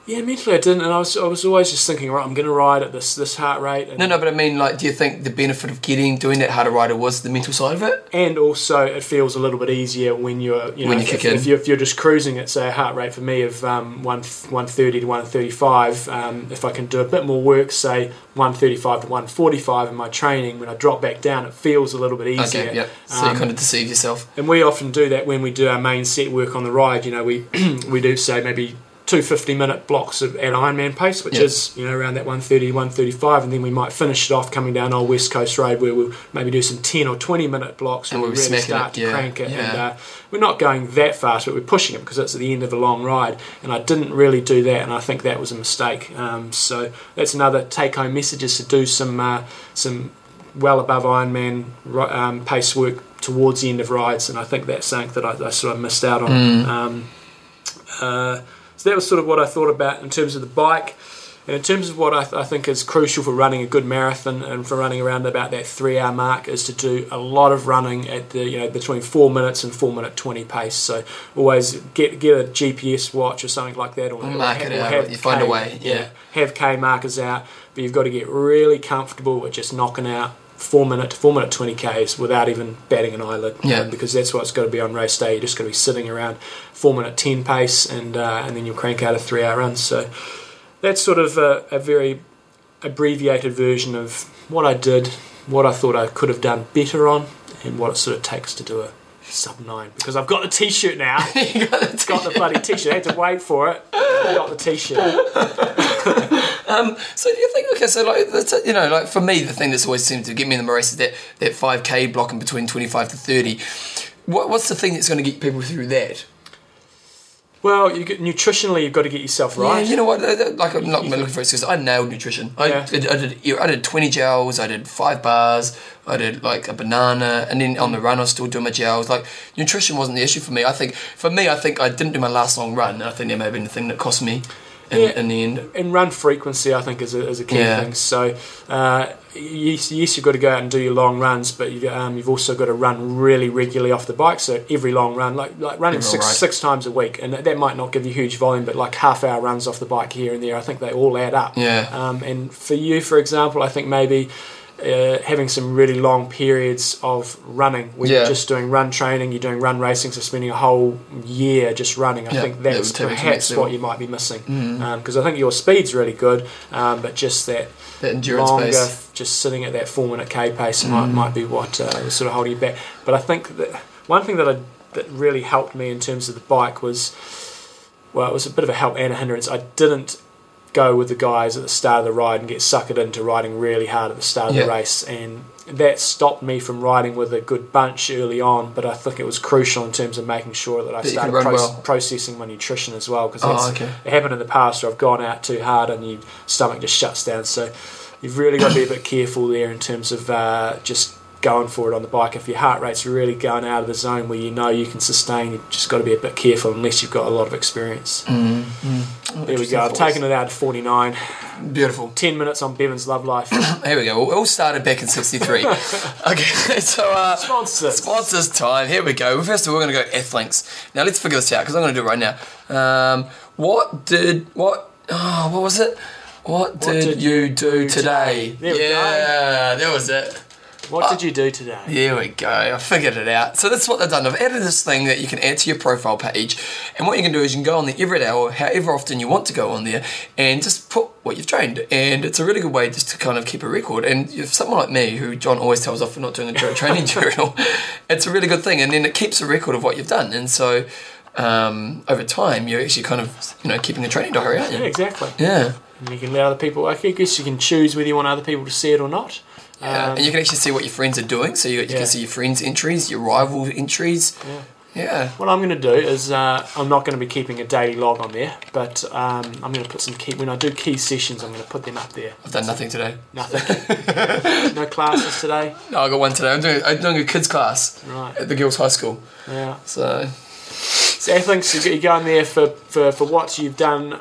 [SPEAKER 2] yeah, mentally I didn't, and I was, I was always just thinking, right, I'm going to ride at this this heart rate, and,
[SPEAKER 1] No, no, but I mean, like, do you think the benefit of getting doing that harder rider was the mental side of it?
[SPEAKER 2] and also it feels a little bit easier when you're, you know,
[SPEAKER 1] When you
[SPEAKER 2] if,
[SPEAKER 1] kick
[SPEAKER 2] if,
[SPEAKER 1] in.
[SPEAKER 2] you're, if you're just cruising at say a heart rate for me of um, one one thirty to one thirty five, um, if I can do a bit more work, say one thirty five to one forty five in my training, when I drop back down, it feels a little bit easier.
[SPEAKER 1] Okay, yep. So
[SPEAKER 2] Um,
[SPEAKER 1] you kind of deceive yourself.
[SPEAKER 2] And we often do that when we do our main set work on the ride. You know, we we do say maybe two 50 minute blocks of, at Ironman pace, which
[SPEAKER 1] Yeah.
[SPEAKER 2] is, you know, around that 130, 135. And then we might finish it off coming down Old West Coast Road where we'll maybe do some 10 or 20 minute blocks
[SPEAKER 1] And
[SPEAKER 2] where
[SPEAKER 1] we'll
[SPEAKER 2] we
[SPEAKER 1] be
[SPEAKER 2] really
[SPEAKER 1] smacking
[SPEAKER 2] start
[SPEAKER 1] it,
[SPEAKER 2] to
[SPEAKER 1] yeah,
[SPEAKER 2] crank it. And
[SPEAKER 1] yeah.
[SPEAKER 2] uh, we're not going that fast, but we're pushing it because it's at the end of a long ride. And I didn't really do that. And I think that was a mistake. Um, so that's another take home message is to do some, uh, some well above Ironman ri- um, pace work towards the end of rides, and I think that's something that I, I sort of missed out on.
[SPEAKER 1] Mm.
[SPEAKER 2] Um, uh, so that was sort of what I thought about in terms of the bike. And in terms of what I, th- I think is crucial for running a good marathon and for running around about that three-hour mark is to do a lot of running at the you know between four minutes and four minute twenty pace. So always get get a GPS watch or something like that, or,
[SPEAKER 1] mark it out, you find a way, yeah.
[SPEAKER 2] have K markers out, but you've got to get really comfortable at just knocking out four minute to four minute twenty Ks without even batting an eyelid.
[SPEAKER 1] Yeah.
[SPEAKER 2] Um, because that's what it's got to be on race day. You're just going to be sitting around four minute ten pace, and uh, and then you'll crank out a three hour run. So that's sort of a, a very abbreviated version of what I did, what I thought I could have done better on, and what it sort of takes to do a sub nine. Because I've got the t-shirt now.
[SPEAKER 1] You got it.
[SPEAKER 2] got the bloody t-shirt. I had to wait for it. I got the t-shirt.
[SPEAKER 1] So do you think? Okay, so like, that's it, you know, like for me, the thing that's always seemed to get me in the race is that that five k block in between twenty five to thirty. What, what's the thing that's going to get people through that?
[SPEAKER 2] Well, you get, nutritionally, you've got to get yourself right.
[SPEAKER 1] Yeah, you know what? uh, uh, Like I'm not looking for excuses. I nailed nutrition. I,
[SPEAKER 2] Yeah.
[SPEAKER 1] I, did- I did. I did 20 gels. I did five bars. I did like a banana, and then on the run I was still doing my gels. Like nutrition wasn't the issue for me. I think for me, I think I didn't do my last long run, and I think that may have been the thing that cost me in,
[SPEAKER 2] Yeah.
[SPEAKER 1] in the end.
[SPEAKER 2] And run frequency, I think, is a, is a key
[SPEAKER 1] Yeah.
[SPEAKER 2] thing. So, uh, yes, yes, you've got to go out and do your long runs, but you, um, you've also got to run really regularly off the bike. So every long run, like like running
[SPEAKER 1] Every
[SPEAKER 2] six
[SPEAKER 1] ride.
[SPEAKER 2] six times a week, and that, that might not give you huge volume, but like half hour runs off the bike here and there, I think they all add up.
[SPEAKER 1] Yeah.
[SPEAKER 2] Um, and for you, for example, I think maybe. Uh, having some really long periods of running where
[SPEAKER 1] Yeah.
[SPEAKER 2] you're just doing run training, you're doing run racing, so spending a whole year just running. I
[SPEAKER 1] Yeah,
[SPEAKER 2] think
[SPEAKER 1] that
[SPEAKER 2] that's
[SPEAKER 1] would take it to the next
[SPEAKER 2] perhaps
[SPEAKER 1] level.
[SPEAKER 2] what you might be missing
[SPEAKER 1] Mm.
[SPEAKER 2] because I think your speed's really good, um, but just that
[SPEAKER 1] That endurance Mm.
[SPEAKER 2] longer,
[SPEAKER 1] base.
[SPEAKER 2] f- just sitting at that four minute K pace might, might be what uh, was sort of holding you back. But I think that one thing that I, that really helped me in terms of the bike was well, it was a bit of a help and a hindrance. I didn't go with the guys at the start of the ride and get suckered into riding really hard at the start of
[SPEAKER 1] Yeah.
[SPEAKER 2] the race. And that stopped me from riding with a good bunch early on, but I think it was crucial in terms of making sure that I
[SPEAKER 1] That you
[SPEAKER 2] started
[SPEAKER 1] could run
[SPEAKER 2] proce-
[SPEAKER 1] well.
[SPEAKER 2] processing my nutrition as well. Because
[SPEAKER 1] Oh,
[SPEAKER 2] that's
[SPEAKER 1] okay.
[SPEAKER 2] it happened in the past where I've gone out too hard and your stomach just shuts down. So you've really got to be a bit careful there in terms of uh, just going for it on the bike. If your heart rate's really going out of the zone where you know you can sustain, you've just got to be a bit careful unless you've got a lot of experience.
[SPEAKER 1] Mm.
[SPEAKER 2] There we go. I've taken it out to 49.
[SPEAKER 1] Beautiful.
[SPEAKER 2] 10 minutes on Bevan's Love Life.
[SPEAKER 1] Here we go. It all started back in '63. okay, so uh,
[SPEAKER 2] Sponsors.
[SPEAKER 1] Sponsors time. Here we go. First of all, we're going to go Athlinks. Now let's figure this out because I'm going to do it right now. Um, what did what? Oh, what was it? What, did,
[SPEAKER 2] did
[SPEAKER 1] you do today?
[SPEAKER 2] There we go.
[SPEAKER 1] yeah, that was it.
[SPEAKER 2] What did you do today?
[SPEAKER 1] There we go. I figured it out. So that's what they've done. They've added this thing that you can add to your profile page, and what you can do is you can go on there every day or however often you want to go on there, and just put what you've trained. And it's a really good way just to kind of keep a record. And if someone like me, who John always tells off for not doing a tra- training journal, it's a really good thing. And then it keeps a record of what you've done. And so um, over time, you're actually kind of you know keeping a training diary, aren't
[SPEAKER 2] Yeah,
[SPEAKER 1] you?
[SPEAKER 2] exactly.
[SPEAKER 1] Yeah.
[SPEAKER 2] And you can let other people, I guess you can choose whether you want other people to see it or not.
[SPEAKER 1] Yeah,
[SPEAKER 2] Um,
[SPEAKER 1] and you can actually see what your friends are doing, so you, you
[SPEAKER 2] Yeah.
[SPEAKER 1] can see your friends' entries, your rival entries.
[SPEAKER 2] Yeah.
[SPEAKER 1] yeah.
[SPEAKER 2] What I'm going to do is uh, I'm not going to be keeping a daily log on there, but um, I'm going to put some key. When I do key sessions, I'm going to put them up there.
[SPEAKER 1] I've done nothing today.
[SPEAKER 2] Nothing. no classes today.
[SPEAKER 1] No, I got one today. I'm doing I'm doing a kids class
[SPEAKER 2] Right.
[SPEAKER 1] at the girls' high school.
[SPEAKER 2] Yeah.
[SPEAKER 1] So
[SPEAKER 2] So Athlinks, you you go in there for, for, for what you've done,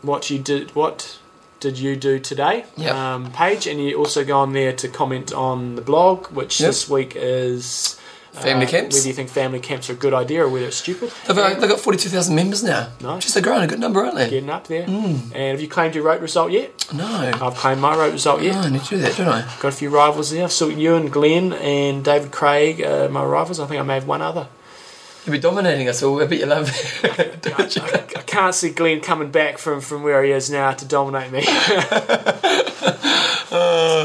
[SPEAKER 2] what you did, what did you do today?
[SPEAKER 1] Yep.
[SPEAKER 2] Um, page, and you also go on there to comment on the blog, which
[SPEAKER 1] Yep.
[SPEAKER 2] this week is. uh,
[SPEAKER 1] Family camps.
[SPEAKER 2] Whether you think family camps are a good idea or whether it's stupid.
[SPEAKER 1] they've got, they've got forty two thousand members now.
[SPEAKER 2] Nice.
[SPEAKER 1] Just they're growing a good number, aren't they?
[SPEAKER 2] Getting up there.
[SPEAKER 1] Hmm.
[SPEAKER 2] And have you claimed your rote result yet?
[SPEAKER 1] No.
[SPEAKER 2] I've claimed my rote result yet.
[SPEAKER 1] No, I need to do that, don't I?
[SPEAKER 2] Got a few rivals there. So you and Glenn and David Craig are my rivals. I think I may have one other.
[SPEAKER 1] You'll be dominating us all. I bet you love it.
[SPEAKER 2] I, I can't see Glenn coming back from, from where he is now to dominate me.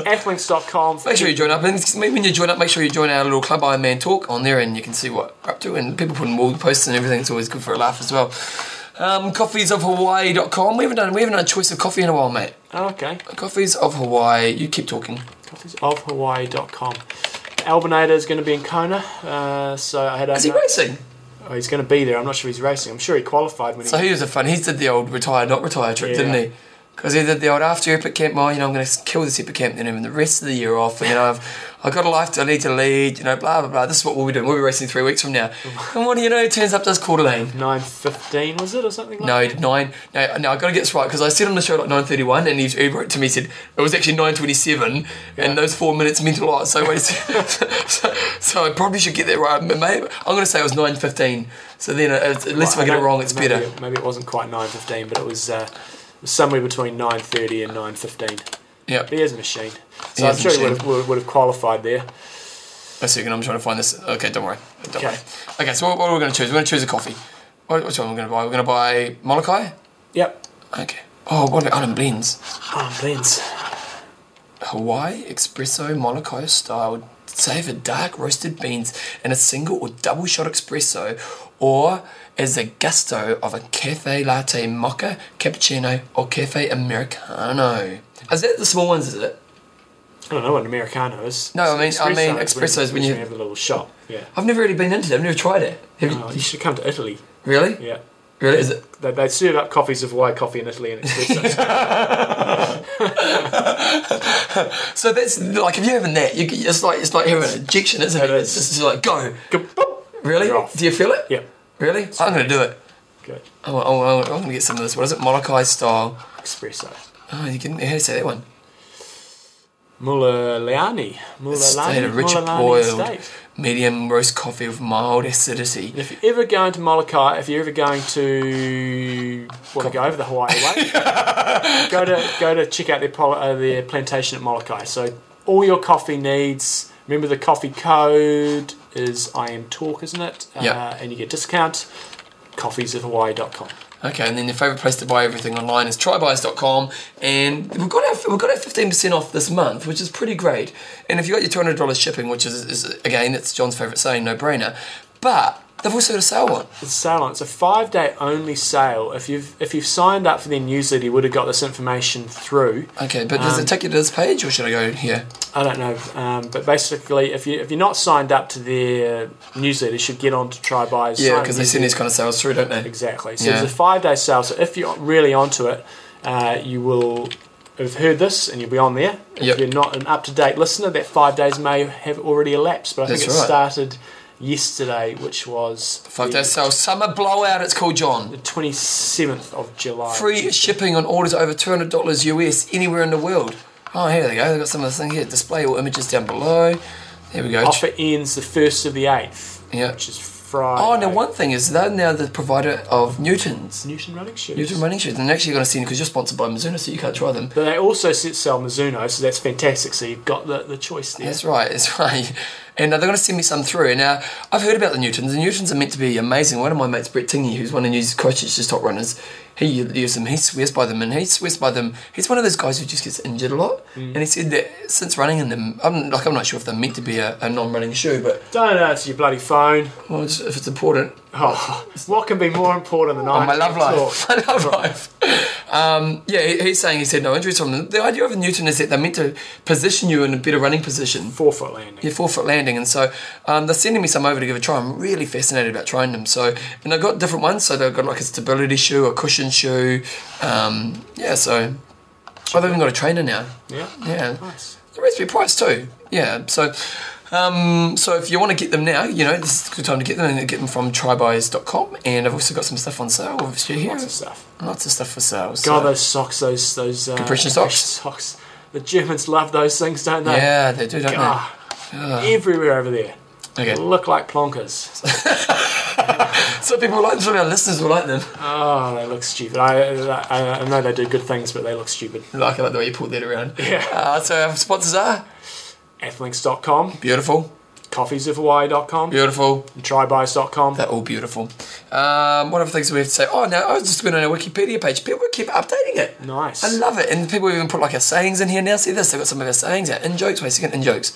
[SPEAKER 2] Athlinks.com.
[SPEAKER 1] Make sure you join up, and when you join up, make sure you join our little club Iron Man Talk on there, and you can see what we're up to. And people putting wall posts and everything. It's always good for a laugh as well. Um, coffeesofhawaii.com. We haven't done we haven't done a choice of coffee in a while, mate.
[SPEAKER 2] Oh, Okay.
[SPEAKER 1] Coffees of Hawaii. You keep talking.
[SPEAKER 2] Copies of Hawaii.com. Albinator is going to be in Kona, uh, so I had.
[SPEAKER 1] Is he
[SPEAKER 2] no-
[SPEAKER 1] racing?
[SPEAKER 2] Oh, he's going to be there. I'm not sure he's racing. I'm sure he qualified when he.
[SPEAKER 1] So he was a fun. He did the old retire, not retire trick, didn't
[SPEAKER 2] Yeah.
[SPEAKER 1] he? Because he did the old after epic camp. Well, you know, I'm going to kill this epic camp, then having the rest of the year off, and then I've I've got a life to lead to lead. You know, blah blah blah. This is what we'll be doing. We'll be racing three weeks from now. And what do you know? He turns up does Coeur d'Alene.
[SPEAKER 2] 9:15 was it or something like
[SPEAKER 1] No,
[SPEAKER 2] that?
[SPEAKER 1] he did nine. No, no, I got to get this right because I said on the show like nine thirty-one, and he, he wrote to me said it was actually nine twenty-seven,
[SPEAKER 2] Yeah.
[SPEAKER 1] and those four minutes meant a lot. So, I said- so, so I probably should get that right. Maybe, I'm going to say it was nine fifteen. So then, uh, at least
[SPEAKER 2] Right,
[SPEAKER 1] if I get it
[SPEAKER 2] don't-
[SPEAKER 1] wrong, it's
[SPEAKER 2] maybe
[SPEAKER 1] better.
[SPEAKER 2] It, maybe it wasn't quite 9:15, but it was uh, somewhere between 9:30 and 9:15.
[SPEAKER 1] Yep.
[SPEAKER 2] But he is a machine, so
[SPEAKER 1] He
[SPEAKER 2] I'm
[SPEAKER 1] is a
[SPEAKER 2] sure he would
[SPEAKER 1] machine.
[SPEAKER 2] have, would, would have qualified there.
[SPEAKER 1] A second, I'm trying to find this. Okay, don't worry. Don't
[SPEAKER 2] Okay.
[SPEAKER 1] worry. Okay, so what, what are we going to choose? We're going to choose a coffee. What, which one we're going to buy? We're going to buy Molokai?
[SPEAKER 2] Yep.
[SPEAKER 1] Okay. Oh, what about Island Blends?
[SPEAKER 2] Oh, Blends.
[SPEAKER 1] Hawaii Espresso Molokai style savored dark roasted beans in a single or double shot espresso or as a gusto of a cafe latte mocha, cappuccino or cafe americano. Is that the small ones, is it?
[SPEAKER 2] I don't know what an Americano is.
[SPEAKER 1] No, I mean- I mean
[SPEAKER 2] is
[SPEAKER 1] espresso is when you-
[SPEAKER 2] have the little shop. Yeah.
[SPEAKER 1] I've never really been into that. I've never tried it. Have you?
[SPEAKER 2] Oh, you should come to Italy.
[SPEAKER 1] Really?
[SPEAKER 2] Yeah.
[SPEAKER 1] Really? Is it?
[SPEAKER 2] They, they serve up coffees of Hawaii coffee in Italy and espresso.
[SPEAKER 1] So that's like if you're having that, you, it's like it's like having an injection, isn't it?
[SPEAKER 2] It
[SPEAKER 1] It's
[SPEAKER 2] is.
[SPEAKER 1] just like go.
[SPEAKER 2] Boop.
[SPEAKER 1] Really?
[SPEAKER 2] You're off.
[SPEAKER 1] Do you feel it?
[SPEAKER 2] Yeah.
[SPEAKER 1] Really? I'm gonna do it.
[SPEAKER 2] Good.
[SPEAKER 1] I'm, I'm, I'm gonna get some of this. What is it? Molokai style.
[SPEAKER 2] Espresso.
[SPEAKER 1] Oh, you can how do you say that one?
[SPEAKER 2] Mulaliani.
[SPEAKER 1] It's made
[SPEAKER 2] Mulaliani.
[SPEAKER 1] of rich
[SPEAKER 2] Mulaliani
[SPEAKER 1] boiled
[SPEAKER 2] steak.
[SPEAKER 1] medium roast coffee with mild acidity.
[SPEAKER 2] If you're ever going to Molokai, if you're ever going to want to go over the Hawaii way, go to go to check out their pol- uh, their plantation at Molokai. So all your coffee needs. Remember the coffee code is I am talk, isn't it? Uh,
[SPEAKER 1] Yeah.
[SPEAKER 2] and you get discount. Coffeesofhawaii.com.
[SPEAKER 1] Okay, and then your favourite place to buy everything online is trybuys.com. And we've got our, we've got our 15% off this month, which is pretty great. And if you got your $200 shipping, which is, is again, it's John's favourite saying, no brainer. But They've also got a sale one.
[SPEAKER 2] It's sale on. It's a five day only sale. If you've if you've signed up for their newsletter, you would have got this information through.
[SPEAKER 1] Okay, but does
[SPEAKER 2] Um,
[SPEAKER 1] it take you to this page or should I go here?
[SPEAKER 2] I don't know, um, but basically, if you if you're not signed up to their newsletter, you should get on to try buy.
[SPEAKER 1] Yeah, because they send these kind of sales through, don't they?
[SPEAKER 2] Exactly. So
[SPEAKER 1] Yeah.
[SPEAKER 2] it's a five day sale. So if you're really onto it, uh, you will have heard this and you'll be on there. If
[SPEAKER 1] Yep.
[SPEAKER 2] you're not an up to date listener, that five days may have already elapsed. But I think
[SPEAKER 1] That's
[SPEAKER 2] it
[SPEAKER 1] right.
[SPEAKER 2] started yesterday, which was
[SPEAKER 1] Five
[SPEAKER 2] the,
[SPEAKER 1] day sale. Summer blowout, it's called John.
[SPEAKER 2] the 27th of July.
[SPEAKER 1] Free shipping on orders over $200 US anywhere in the world. Oh, here they go. They've got some of this thing here. Display all images down below. There we go.
[SPEAKER 2] Offer ends the first of the eighth,
[SPEAKER 1] Yeah.
[SPEAKER 2] which is Friday.
[SPEAKER 1] Oh, now one thing is they're now the provider of Newton's.
[SPEAKER 2] Newton running shoes.
[SPEAKER 1] Newton running shoes. And they're actually going to send because you're sponsored by Mizuno, so you can't try them.
[SPEAKER 2] But they also sit- sell Mizuno, so that's fantastic. So you've got the, the choice there.
[SPEAKER 1] That's right, that's right. And uh, they're going to send me some through. Now, I've heard about the Newtons. The Newtons are meant to be amazing. One of my mates, Brett Tingy, who's one of New Christchurch's top runners, he uses them. He swears by them, and he swears by them. He's one of those guys who just gets injured a lot. And he said that since running in them, I'm like, I'm not sure if they're meant to be a, a non-running shoe, but
[SPEAKER 2] Don't answer your bloody phone.
[SPEAKER 1] well, it's, if it's important,
[SPEAKER 2] Oh, what can be more important than Oh, I
[SPEAKER 1] on Oh, my love
[SPEAKER 2] talk?
[SPEAKER 1] life. My love life. Um, yeah, he, he's saying he's had no injuries from them. The idea of a Newton is that they're meant to position you in a better running position.
[SPEAKER 2] Four foot landing.
[SPEAKER 1] your four foot landing. And so um, they're sending me some over to give a try. I'm really fascinated about trying them. So and I've got different ones. So they've got like a stability shoe, a cushion shoe. Um, yeah, so I've even got a trainer now.
[SPEAKER 2] Yeah.
[SPEAKER 1] Yeah,
[SPEAKER 2] Nice.
[SPEAKER 1] the raspberry price too. Yeah, so. Um, so if you want to get them now, you know this is a good time to get them and get them from trybuys.com and I've also got some stuff on sale obviously here.
[SPEAKER 2] Lots of stuff.
[SPEAKER 1] Lots of stuff for sale. So.
[SPEAKER 2] God, those socks, those those uh,
[SPEAKER 1] Compression socks.
[SPEAKER 2] socks. The Germans love those things, don't they?
[SPEAKER 1] yeah, they do, don't
[SPEAKER 2] God, everywhere over there.
[SPEAKER 1] they? Okay.
[SPEAKER 2] Look like plonkers.
[SPEAKER 1] Some people like them, some of our listeners will like them.
[SPEAKER 2] Oh, they look stupid. I, I I know they do good things, but they look stupid.
[SPEAKER 1] Like I like the way you pulled that around.
[SPEAKER 2] Yeah.
[SPEAKER 1] Uh, so our sponsors are
[SPEAKER 2] Athlinks.com,
[SPEAKER 1] beautiful,
[SPEAKER 2] coffeesofhawaii.com,
[SPEAKER 1] beautiful.
[SPEAKER 2] and trybuys.com.
[SPEAKER 1] They're all beautiful. Um, one of the things we have to say. Oh, now I was just going on our Wikipedia page. People keep updating it.
[SPEAKER 2] Nice.
[SPEAKER 1] I love it. And people even put like our sayings in here now. See this? They've got some of our sayings. Our in jokes. Wait a second. In jokes.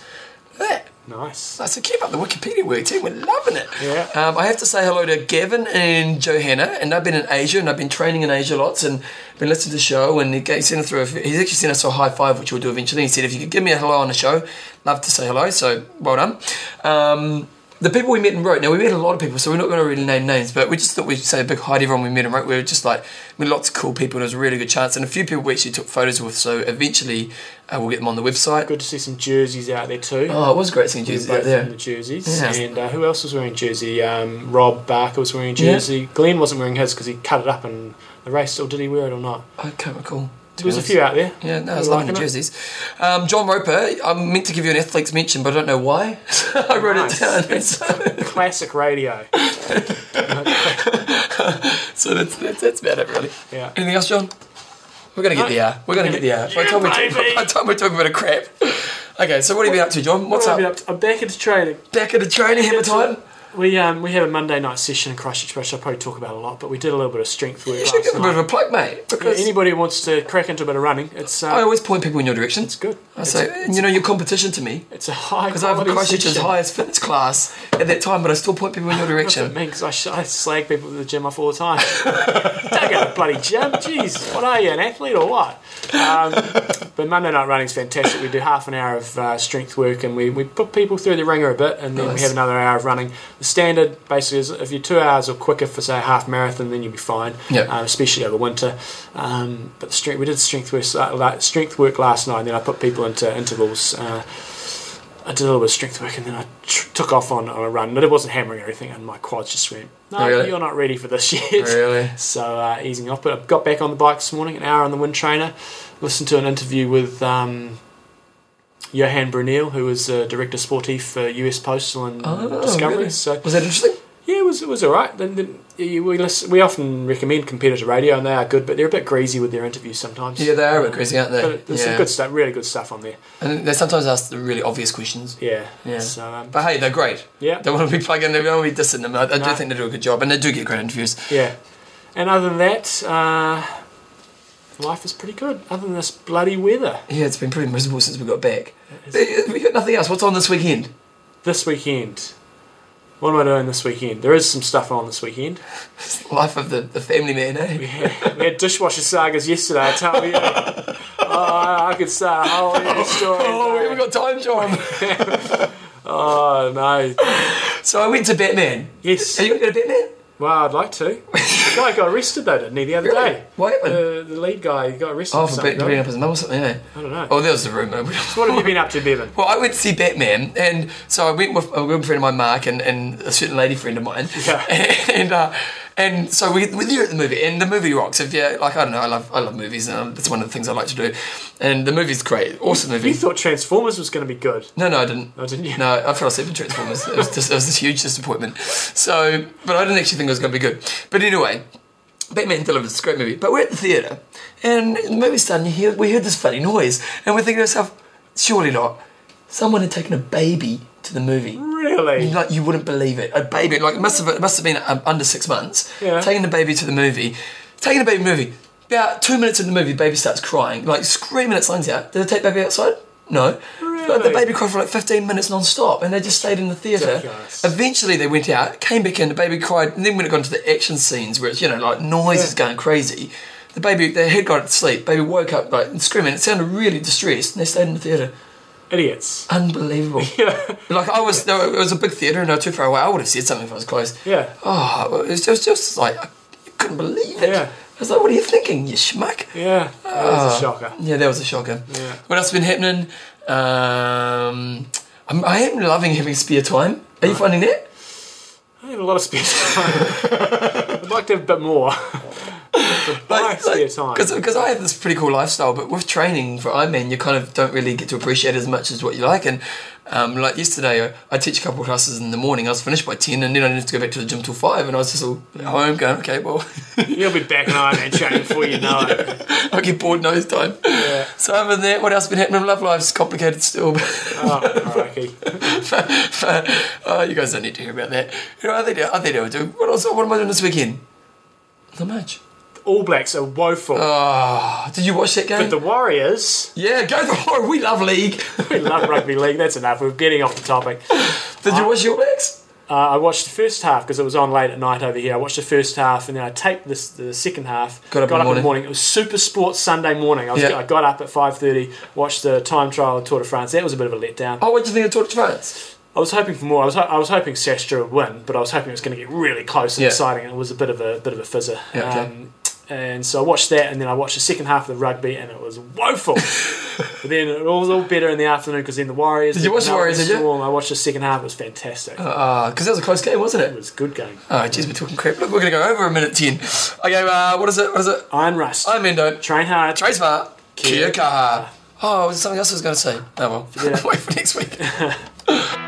[SPEAKER 1] Look at that.
[SPEAKER 2] Nice.
[SPEAKER 1] So keep up the Wikipedia work too. We're loving it.
[SPEAKER 2] Yeah.
[SPEAKER 1] Um, I have to say hello to Gavin and Johanna, and I've been in Asia and I've been training in Asia lots and been listening to the show. And he gave, sent us through. A, he's actually sent us a high five, which we'll do eventually. He said, "If you could give me a hello on the show, love to say hello." So well done. Um, the people we met in Rote. Now we met a lot of people, so we're not going to really name names, but we just thought we'd say a big hi to everyone we met in Rote. We were just like we met lots of cool people, and it was a really good chance. And a few people we actually took photos with, so eventually uh, we'll get them on the website.
[SPEAKER 2] Good to see some jerseys out there too.
[SPEAKER 1] Oh, it was great seeing you
[SPEAKER 2] Both
[SPEAKER 1] out
[SPEAKER 2] in
[SPEAKER 1] there.
[SPEAKER 2] the jerseys.
[SPEAKER 1] Yes.
[SPEAKER 2] And uh, who else was wearing jersey? Um, Rob Barker was wearing a jersey. Glenn wasn't wearing his because he cut it up in the race, or did he wear it or not?
[SPEAKER 1] I can't recall. to be
[SPEAKER 2] There was a
[SPEAKER 1] honest.
[SPEAKER 2] few out there.
[SPEAKER 1] Yeah, no,
[SPEAKER 2] Who
[SPEAKER 1] it's
[SPEAKER 2] were
[SPEAKER 1] loving the
[SPEAKER 2] liking it.
[SPEAKER 1] jerseys. Um, John Roper, I meant to give you an athlete's mention, but I don't know why. I wrote
[SPEAKER 2] Nice.
[SPEAKER 1] it down. So,
[SPEAKER 2] Classic radio.
[SPEAKER 1] so that's, that's, that's about it, really.
[SPEAKER 2] Yeah.
[SPEAKER 1] Anything else, John? We're going to get
[SPEAKER 2] No.
[SPEAKER 1] the hour. We're going to get the hour. By the time we
[SPEAKER 2] Yeah, baby.
[SPEAKER 1] by the time we're talking about a crap. Okay, so what have you been up to, John? What's
[SPEAKER 2] What have I
[SPEAKER 1] up?
[SPEAKER 2] been up to? I'm back into training.
[SPEAKER 1] Back at the training hammer time?
[SPEAKER 2] We um, we had a Monday night session in Christchurch, which I'll probably talk about a lot, but we did a little bit of strength work
[SPEAKER 1] You should
[SPEAKER 2] last
[SPEAKER 1] give a bit of
[SPEAKER 2] night.
[SPEAKER 1] a plug, mate.
[SPEAKER 2] Yeah,
[SPEAKER 1] Because
[SPEAKER 2] anybody who wants to crack into a bit of running, it's
[SPEAKER 1] I
[SPEAKER 2] uh,
[SPEAKER 1] always point people in your direction.
[SPEAKER 2] it's good.
[SPEAKER 1] I
[SPEAKER 2] It's
[SPEAKER 1] say,
[SPEAKER 2] a-
[SPEAKER 1] you know, your competition to me.
[SPEAKER 2] It's a high
[SPEAKER 1] Because I've
[SPEAKER 2] quality
[SPEAKER 1] Christchurch's
[SPEAKER 2] session.
[SPEAKER 1] highest fitness class at that time, but I still point people in your
[SPEAKER 2] That's what it
[SPEAKER 1] direction.
[SPEAKER 2] means. I, sh- I slag people at the gym off all the time. Don't go to the bloody gym. Jeez, what are you, an athlete or what? Um, but Monday night running's fantastic. We do half an hour of uh, strength work and we, we put people through the ringer a bit and then we
[SPEAKER 1] Nice.
[SPEAKER 2] have another hour of running. The standard basically is if you're two hours or quicker for, say, a half marathon, then you'll be fine,
[SPEAKER 1] Yep.
[SPEAKER 2] um, especially over winter. Um, but the strength, we did strength work, uh, la- strength work last night and then I put people into intervals. Uh, I did a little bit of strength work and then I tr- took off on, on a run, but it wasn't hammering everything, and my quads just went, No,
[SPEAKER 1] Really?
[SPEAKER 2] you're not ready for this yet.
[SPEAKER 1] Really?
[SPEAKER 2] So uh, easing off, but I got back on the bike this morning, an hour on the wind trainer, listened to an interview with um, Johan Brunel, who was uh, director sportif for US Postal and
[SPEAKER 1] Oh,
[SPEAKER 2] Discovery.
[SPEAKER 1] really?
[SPEAKER 2] So
[SPEAKER 1] Was that interesting?
[SPEAKER 2] yeah, it was it was all right. Then then you- we listen, we often recommend competitor radio, and they are good, but they're a bit greasy with their interviews sometimes. Um,
[SPEAKER 1] Yeah, they are a bit greasy, aren't they?
[SPEAKER 2] But there's some
[SPEAKER 1] Yeah.
[SPEAKER 2] good stuff, really good stuff on there.
[SPEAKER 1] And they sometimes ask the really obvious questions.
[SPEAKER 2] Yeah.
[SPEAKER 1] Yeah.
[SPEAKER 2] So um,
[SPEAKER 1] But hey, they're great.
[SPEAKER 2] yeah.
[SPEAKER 1] They want to be plugging, they want to be dissing them. I, I do
[SPEAKER 2] No.
[SPEAKER 1] think they do a good job, and they do get great interviews.
[SPEAKER 2] Yeah. And other than that, uh, life is pretty good. Other than this bloody weather
[SPEAKER 1] Yeah, it's been pretty miserable uh, since we got back. We got nothing else. What's on this weekend?
[SPEAKER 2] this weekend. What am I doing this weekend? There is some stuff on this weekend.
[SPEAKER 1] Life of the, the family man, eh?
[SPEAKER 2] We had, we had dishwasher sagas yesterday. I tell you, oh, I could start a whole new story.
[SPEAKER 1] Oh, we haven't got
[SPEAKER 2] mate.
[SPEAKER 1] time, John.
[SPEAKER 2] Oh no,
[SPEAKER 1] so I went to Batman.
[SPEAKER 2] yes.
[SPEAKER 1] Are you going to go to Batman?
[SPEAKER 2] Well, I'd like to. The guy got arrested though, didn't he? The other
[SPEAKER 1] Really?
[SPEAKER 2] day,
[SPEAKER 1] What
[SPEAKER 2] uh,
[SPEAKER 1] happened?
[SPEAKER 2] the lead guy got arrested.
[SPEAKER 1] oh,
[SPEAKER 2] for
[SPEAKER 1] for
[SPEAKER 2] something,
[SPEAKER 1] beating beating
[SPEAKER 2] right?
[SPEAKER 1] up his mum or something, eh?
[SPEAKER 2] I don't know.
[SPEAKER 1] Oh, that was the rumour.
[SPEAKER 2] So what have you been up to, Bevan?
[SPEAKER 1] Well, I went to see Batman, and so I went with a good friend of mine, Mark, and, and a certain lady friend of mine.
[SPEAKER 2] Yeah.
[SPEAKER 1] And uh, and so we, we're there at the movie, and the movie rocks. If you like, I don't know, I love I love movies, and um, that's one of the things I like to do. And the movie's great, awesome movie.
[SPEAKER 2] You thought Transformers was going to be good,
[SPEAKER 1] no, no, I didn't.
[SPEAKER 2] oh, didn't you?
[SPEAKER 1] No, I fell asleep in Transformers. It was just, it was this huge disappointment. So, but I didn't actually think it was going to be good. But anyway, Batman delivers. It's a great movie. But we're at the theater, and the movie's starting. You hear, we heard this funny noise, and we're thinking to ourselves, surely not. Someone had taken a baby to the movie.
[SPEAKER 2] Really?
[SPEAKER 1] Like you wouldn't believe it. A baby, like it must have it must have been um, under six months.
[SPEAKER 2] Yeah.
[SPEAKER 1] Taking the baby to the movie, taking the baby to the movie. About two minutes into the movie, the baby starts crying, like screaming its lungs out. Did they take baby outside? No. Like, the
[SPEAKER 2] Really?
[SPEAKER 1] baby cried for like 15 minutes non-stop and they just stayed in the theatre.
[SPEAKER 2] Ridiculous.
[SPEAKER 1] Eventually they went out, came back in, the baby cried, and then when it got into the action scenes where it's, you know, like noise is going crazy, the baby, they had gone to sleep, baby woke up like screaming, it sounded really distressed and they stayed in the theatre.
[SPEAKER 2] Idiots.
[SPEAKER 1] Unbelievable.
[SPEAKER 2] Yeah.
[SPEAKER 1] Like I was, no, it was a big theatre and I was too far away. I would have said something if I was close.
[SPEAKER 2] Yeah.
[SPEAKER 1] Oh, it was just, just like I couldn't believe it.
[SPEAKER 2] Yeah.
[SPEAKER 1] I was like, "What are you thinking, you schmuck?" Oh.
[SPEAKER 2] Yeah. That
[SPEAKER 1] Ah.
[SPEAKER 2] was a shocker.
[SPEAKER 1] Yeah, that was a shocker.
[SPEAKER 2] Yeah.
[SPEAKER 1] What else has been happening? Um, I'm, I am loving having spare time. Are you finding that?
[SPEAKER 2] I had a lot of spare time. I'd like to have a bit more. Buy spare time.
[SPEAKER 1] Because I have this pretty cool lifestyle, but with training for Ironman, you kind of don't really get to appreciate as much as what you like. And um, like yesterday, I, I teach a couple of classes in the morning. I was finished by 10, and then I needed to go back to the gym till 5, and I was just all at home going, okay, well,
[SPEAKER 2] You'll be back in Iron Man training before you know it.
[SPEAKER 1] I'll get bored nose time.
[SPEAKER 2] Yeah.
[SPEAKER 1] So other than that, what else has been happening? Love life's complicated still. but-
[SPEAKER 2] Oh, crikey.
[SPEAKER 1] oh, you guys don't need to hear about that. You know, I think I think I would do. What else? What am I doing this weekend? Not much.
[SPEAKER 2] All Blacks are woeful.
[SPEAKER 1] Oh, did you watch that game?
[SPEAKER 2] but the Warriors,
[SPEAKER 1] yeah, go the horror. We love league.
[SPEAKER 2] we love rugby league. That's enough. We're getting off the topic.
[SPEAKER 1] Did you watch your legs?
[SPEAKER 2] Uh, I watched the first half because it was on late at night over here. I watched the first half and then I taped this the second half.
[SPEAKER 1] Got up in the morning.
[SPEAKER 2] It was Super Sports Sunday morning. I, was,
[SPEAKER 1] Yeah.
[SPEAKER 2] I got up at five thirty, watched the time trial of Tour de France. That was a bit of a letdown.
[SPEAKER 1] Oh, what did you think of Tour de France?
[SPEAKER 2] I was hoping for more. I was ho- I was hoping Sastra would win, but I was hoping it was going to get really close and
[SPEAKER 1] Yeah.
[SPEAKER 2] exciting. And it was a bit of a bit of a fizzer.
[SPEAKER 1] Yeah, okay.
[SPEAKER 2] Um, and so I watched that, and then I watched the second half of the rugby, and it was woeful. but then it was all better in the afternoon because then the Warriors.
[SPEAKER 1] Did you watch the
[SPEAKER 2] no,
[SPEAKER 1] Warriors, did you?
[SPEAKER 2] Storm. I watched the second half. It was fantastic.
[SPEAKER 1] Ah, because that was a close game, wasn't
[SPEAKER 2] it
[SPEAKER 1] it?
[SPEAKER 2] was a good game.
[SPEAKER 1] Oh, jeez, we're talking crap. Look, we're gonna go over a minute ten. Okay, uh, what is it? What is it?
[SPEAKER 2] Iron Rust.
[SPEAKER 1] I'm Endo.
[SPEAKER 2] Train hard.
[SPEAKER 1] Trace Mar.
[SPEAKER 2] Kia
[SPEAKER 1] Kia kaha. Oh, was there something else I was going to say? Oh well.
[SPEAKER 2] Yeah.
[SPEAKER 1] Wait for next week.